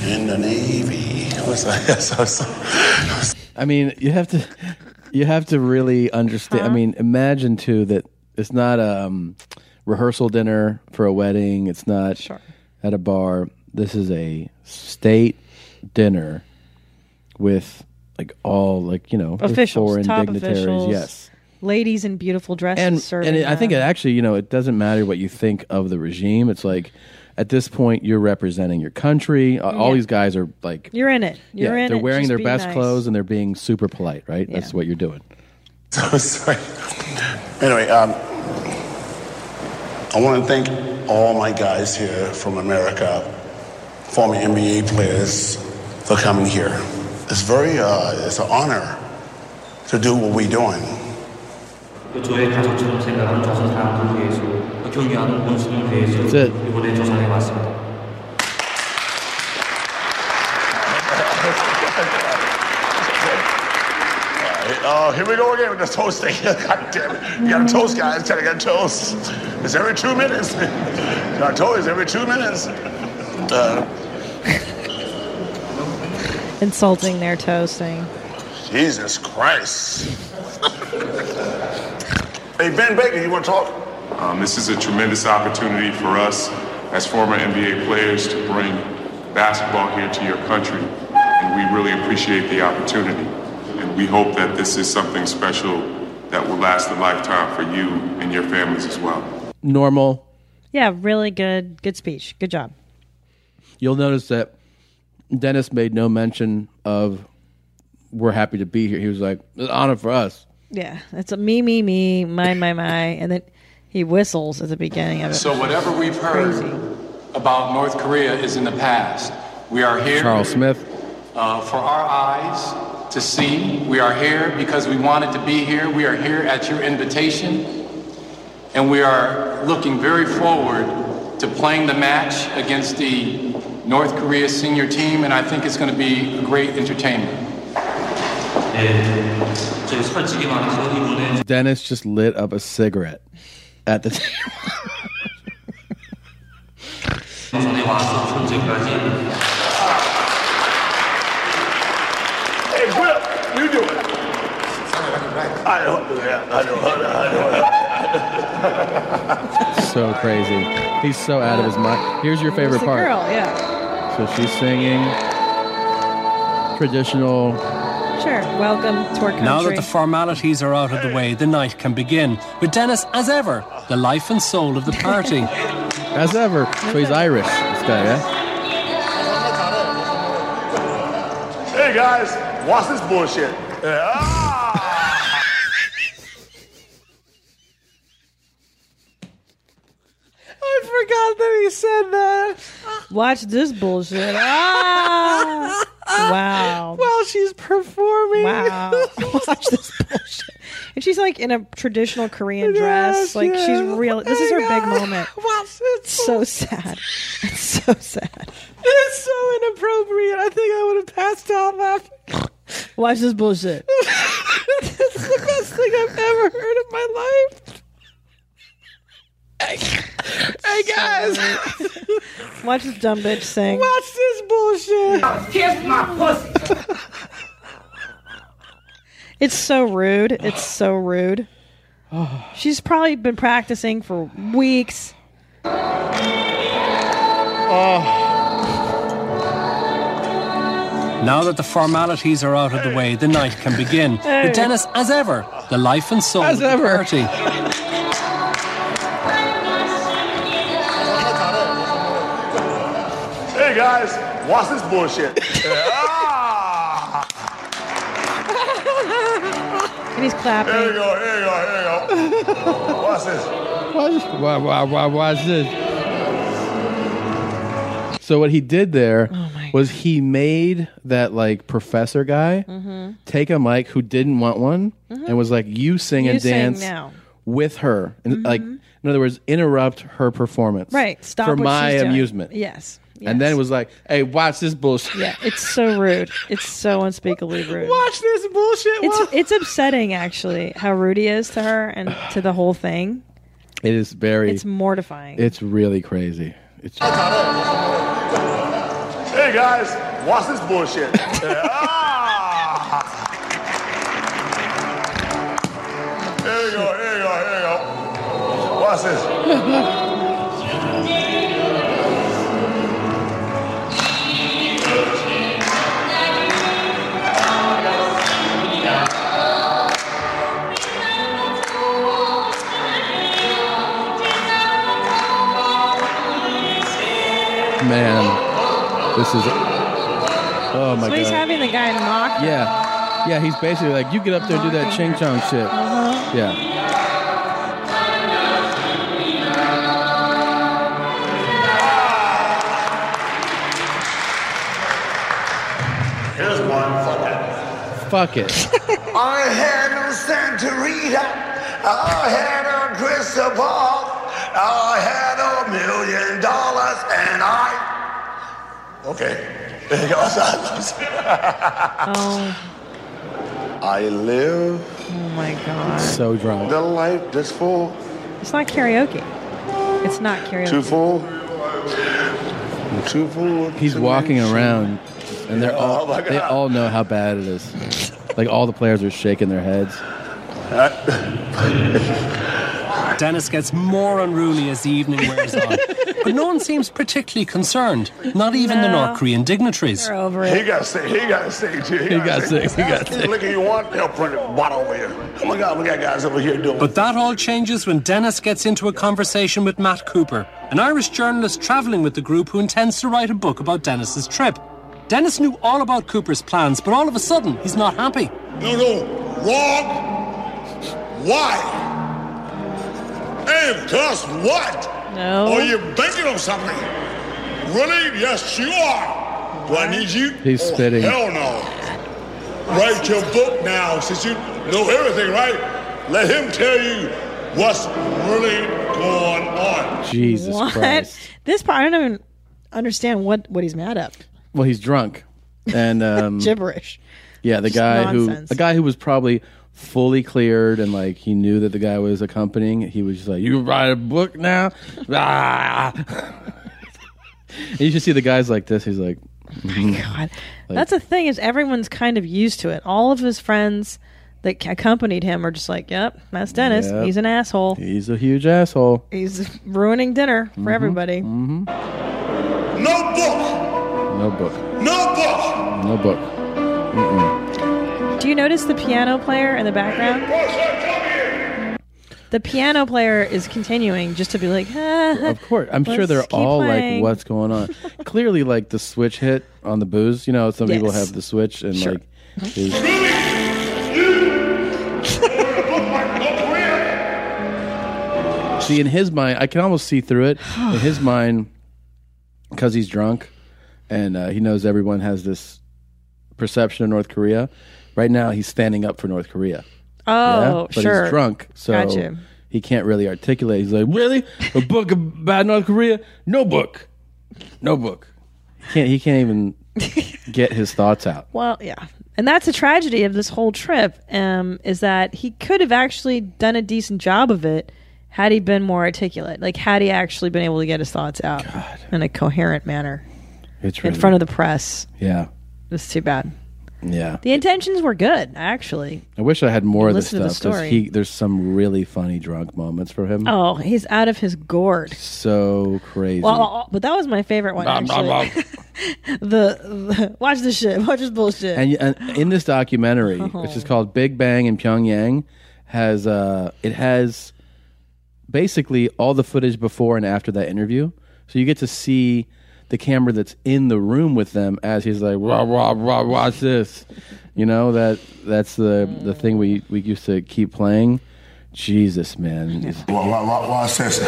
in the navy. I was like, <laughs> I was like, I mean, you have to, you have to really understand. I mean, imagine too that it's not a um, rehearsal dinner for a wedding. It's not at a bar. This is a state dinner with like all like you know Officials, foreign top dignitaries. officials, Yes, ladies in beautiful dresses and serving. and it, I think it them. actually you know it doesn't matter what you think of the regime. It's like at this point you're representing your country. Uh, All Yeah. these guys are like you're in it. You're yeah, in they're it. wearing Just their be best nice. clothes and they're being super polite, right? That's what you're doing. <laughs> So sorry. Anyway, um, I want to thank all my guys here from America, former NBA players, for coming here. It's very, uh, it's an honor to do what we're doing. 저의 가족처럼 생각하는 조선 사람들을 위해서, 경유하는 원수를 위해서 이번에 조사해 왔습니다. Oh, here we go again with the toast thing. <laughs> God damn it. You got a toast, guys. Gotta get a toast. It's every two minutes. <laughs> Our toast is every two minutes. Uh, insulting their toasting. Jesus Christ. <laughs> hey, Ben Baker, you want to talk? Um, this is a tremendous opportunity for us as former NBA players to bring basketball here to your country, and we really appreciate the opportunity. And we hope that this is something special that will last a lifetime for you and your families as well. Normal. Yeah, really good, good speech. Good job. You'll notice that Dennis made no mention of we're happy to be here. He was like, "It's an honor for us. Yeah, it's a me, me, me, my, my, my, and then he whistles at the beginning of it. So whatever we've heard about North Korea is in the past. We are here Charles Smith. uh, for our eyes to see. We are here because we wanted to be here. We are here at your invitation, and we are looking very forward to playing the match against the North Korea senior team, and I think it's going to be great entertainment. 네, 저희 솔직히 말해서 이번에 Dennis just lit up a cigarette at the <laughs> table. 조선에 와서 현재까지 I don't do that. I don't, I don't, I don't. So crazy. He's so out of his mind. Here's your favorite the part. girl, yeah. So she's singing traditional. Sure. Welcome to our country. Now that the formalities are out of the way, the night can begin. With Dennis, as ever, the life and soul of the party. <laughs> as ever. So he's Irish, this guy, yeah? Hey guys, watch this bullshit. Yeah. I forgot that he said that. Watch this bullshit. <laughs> Ah! Wow. While she's performing. <laughs> Wow. Watch this bullshit. And she's like in a traditional Korean dress. Like she's real. This is her big moment. <laughs> Watch It's so sad. It's so sad. It's so inappropriate. I think I would have passed out laughing. <laughs> Watch this <laughs> bullshit. That's the best thing I've ever heard in my life. Hey guys, Watch this dumb bitch sing. watch this bullshit. Kiss my pussy. It's so rude. It's so rude. She's probably been practicing for weeks. Now that the formalities are out of the way, the night can begin. With Dennis, as ever, the life and soul As of the ever. party. Hey guys, watch this bullshit. <laughs> And he's clapping. Here we go, here we go, here we go. <laughs> Watch this. Watch, why, why, why, watch this. So what he did there Oh was he made that like professor guy Mm-hmm. take a mic who didn't want one and was like, "You sing You and sing dance now. <laughs> Mm-hmm. with her," and like in other words, interrupt her performance, Right. Stop for what my she's doing. amusement. Yes. And then it was like, "Hey, watch this bullshit." Yeah. It's so rude. It's so <laughs> unspeakably rude. Watch this bullshit. It's it's upsetting actually how rude he is to her and to the whole thing. It is very. It's mortifying. it's really crazy. It's Hey guys, watch this <laughs> bullshit. Ah. Here we go, here we go, here we go. Watch this. <laughs> man, this is. Oh my so god. he's having the guy mock. her. Yeah. Yeah, he's basically like, you get up there and do that ching chong shit. Uh-huh. Yeah. Here's one, fuck that. Fuck it. I had no Santorita. I had a crystal ball. I had a million dollars, and I. Okay. There you go. <laughs> Oh, I live oh my god. So drunk. the life that's full, It's not karaoke. It's not karaoke. too full, too full. He's walking around and they're all Oh my they God. all know how bad it is. like all the players are shaking their heads. Dennis gets more unruly as the evening wears on, but no one seems particularly concerned, not even the No. North Korean dignitaries. They're over He it. got sick. He got sick too. He got sick, he got sick. Look at you want they'll print a bottle over here. Oh my God, we got guys over here doing. But that all changes when Dennis gets into a conversation with Matt Cooper, an Irish journalist travelling with the group who intends to write a book about Dennis's trip. Dennis knew all about Cooper's plans, but all of a sudden, he's not happy. No, no, wrong. Why? And plus what? No. Are you banking on something? Really? Yes, you are. Do I need you? He's Oh, spitting. Hell no. Write your book now, since you know everything, right? Let him tell you what's really going on. <laughs> Jesus what? Christ. This part I don't even understand what what he's mad at. Well, he's drunk. And <laughs> um Gibberish. yeah, the Just guy nonsense. who the guy who was probably fully cleared and like he knew that the guy was accompanying, he was just like, You write a book now? Ah. <laughs> and you should see the guys like this, he's like mm-hmm. God. That's the thing is everyone's kind of used to it. All of his friends that accompanied him are just like, yep, that's Dennis. Yep. He's an asshole. He's a huge asshole. He's ruining dinner for everybody. Mm-hmm. No book. No book. No book. No book. Mm-mm. Do you notice the piano player in the background? The piano player is continuing just to be like, ah, Of course, I'm sure let's they're keep all like, playing. "What's going on?" Clearly, like the switch hit on the booze. You know, some people Yes. have the switch and Sure. like is Oh, See, in his mind, I can almost see through it. In <sighs> his mind, because he's drunk and uh, he knows everyone has this perception of North Korea, right now he's standing up for North Korea. Oh, But sure. he's drunk, so Gotcha. he can't really articulate. He's like, really? A book about North Korea? No book. No book. He can't, he can't <laughs> even get his thoughts out. Well, yeah. And that's a tragedy of this whole trip um, is that he could have actually done a decent job of it had he been more articulate. Like, had he actually been able to get his thoughts out in a coherent manner It's in really- front of the press. Yeah. It's too bad. Yeah. The intentions were good, actually. I wish I had more of this Listen to the stuff because story. he there's some really funny drunk moments for him. Oh, he's out of his gourd. so crazy. Well, uh, but that was my favorite one, Blah, blah, actually. <laughs> the, the- watch this shit. Watch this bullshit. and, and in this <laughs> documentary, Oh. which is called Big Bang in Pyongyang, has uh, it has basically all the footage before and after that interview. So you get to see the camera that's in the room with them as he's like, "Wah wah wah, watch this," you know that that's the the thing we we used to keep playing. Jesus, man, Why, why, why, why is this?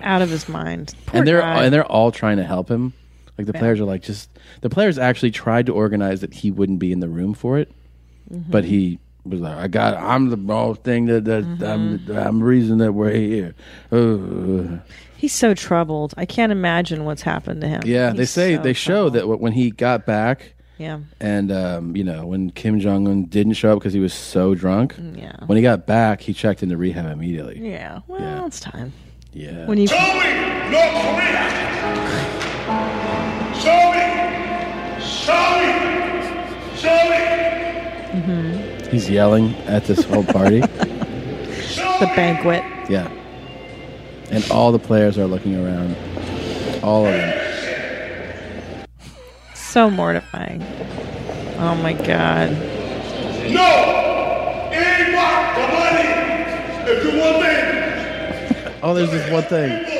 out of his mind. Poor and they're guy. and they're all trying to help him. Like the Yeah. players are like just the players actually tried to organize that he wouldn't be in the room for it, Mhm. Mm-hmm. but he was like, "I got I'm the ball thing that that I'm Mm-hmm. the, I'm the reason that we're here." Uh, He's so troubled. I can't imagine what's happened to him. yeah, they He's say so- they show that wh- when he got back Yeah. and um, you know when Kim Jong Un didn't show up because he was so drunk. Mm, Yeah. When he got back, he checked into rehab immediately. Yeah. Well, it's time. Yeah. When you North Korea. Show me. Show me. Show me. Mm-hmm. He's yelling at this whole <laughs> party. the banquet. Yeah. And all the players are looking around. All of them. So mortifying. Oh my god. No. It ain't about the money. If you want that, Oh, there's this one thing. <laughs>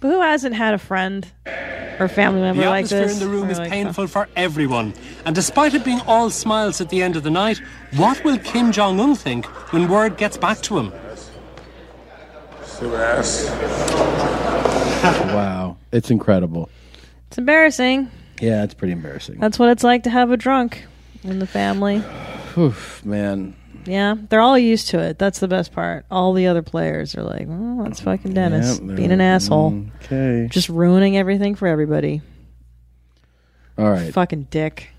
But who hasn't had a friend or family member the like atmosphere this? in the room Or is like, painful for everyone. And despite it being all smiles at the end of the night, what will Kim Jong Un think when word gets back to him? Wow. It's incredible. It's embarrassing. Yeah, it's pretty embarrassing. That's what it's like to have a drunk in the family. Oof, man. Yeah, they're all used to it. That's the best part. All the other players are like, "Well, that's fucking Dennis Yeah, they're being an like, mm. asshole, Okay. just ruining everything for everybody." All right. Fucking dick.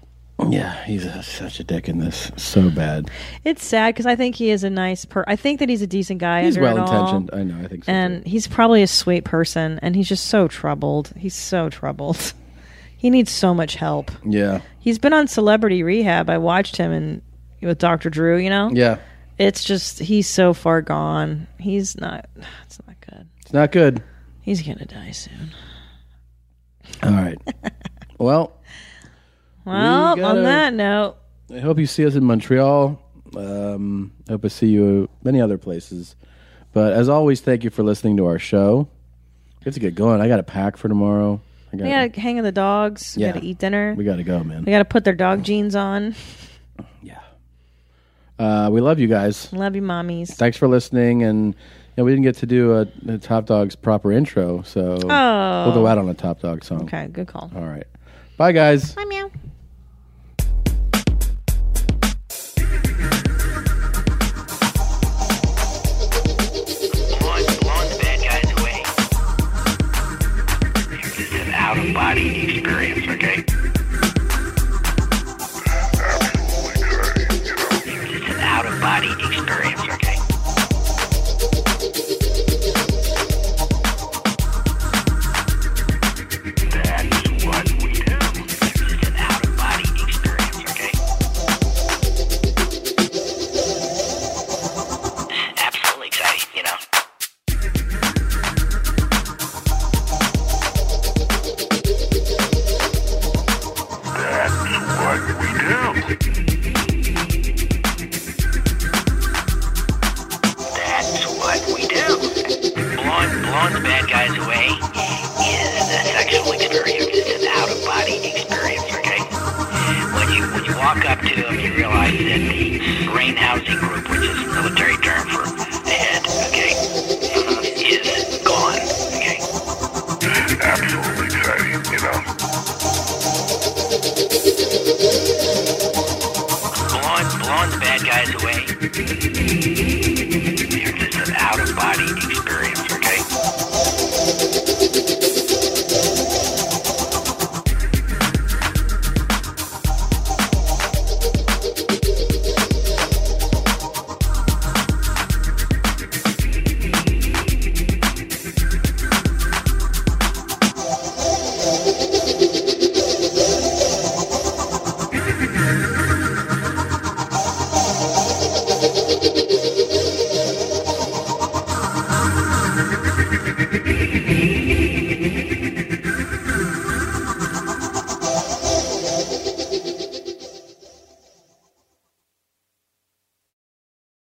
Yeah, he's a, such a dick in this. So bad. It's sad because I think he is a nice per. I think that he's a decent guy. He's under it all. well-intentioned. I know, I think so, And he's probably a sweet person, and he's just so troubled. He's so troubled. <laughs> he needs so much help. Yeah. He's been on Celebrity Rehab. I watched him and with Dr. Drew. You know. Yeah. It's just he's so far gone. He's not. <sighs> It's not good. It's not good. He's gonna die soon. All <laughs> right. Well, Well, gotta- on that note, I hope you see us in Montreal. Um, I hope I see you many other places. But as always, thank you for listening to our show. We have to get going. I got a pack for tomorrow. I got we gotta hang with the dogs. We Yeah. gotta eat dinner. We got to go, man. We gotta put their dog jeans on. <laughs> Uh, we love you guys. Love you, mommies. Thanks for listening. And you know, we didn't get to do a, a Top Dog's proper intro, so Oh. we'll go out on a Top Dog song. Okay, good call. All right. Bye, guys. Bye, meow. It's an out of body experience, okay? It's an out of body experience, okay? That's what we do. It's an out uh, Calling the bad guys away.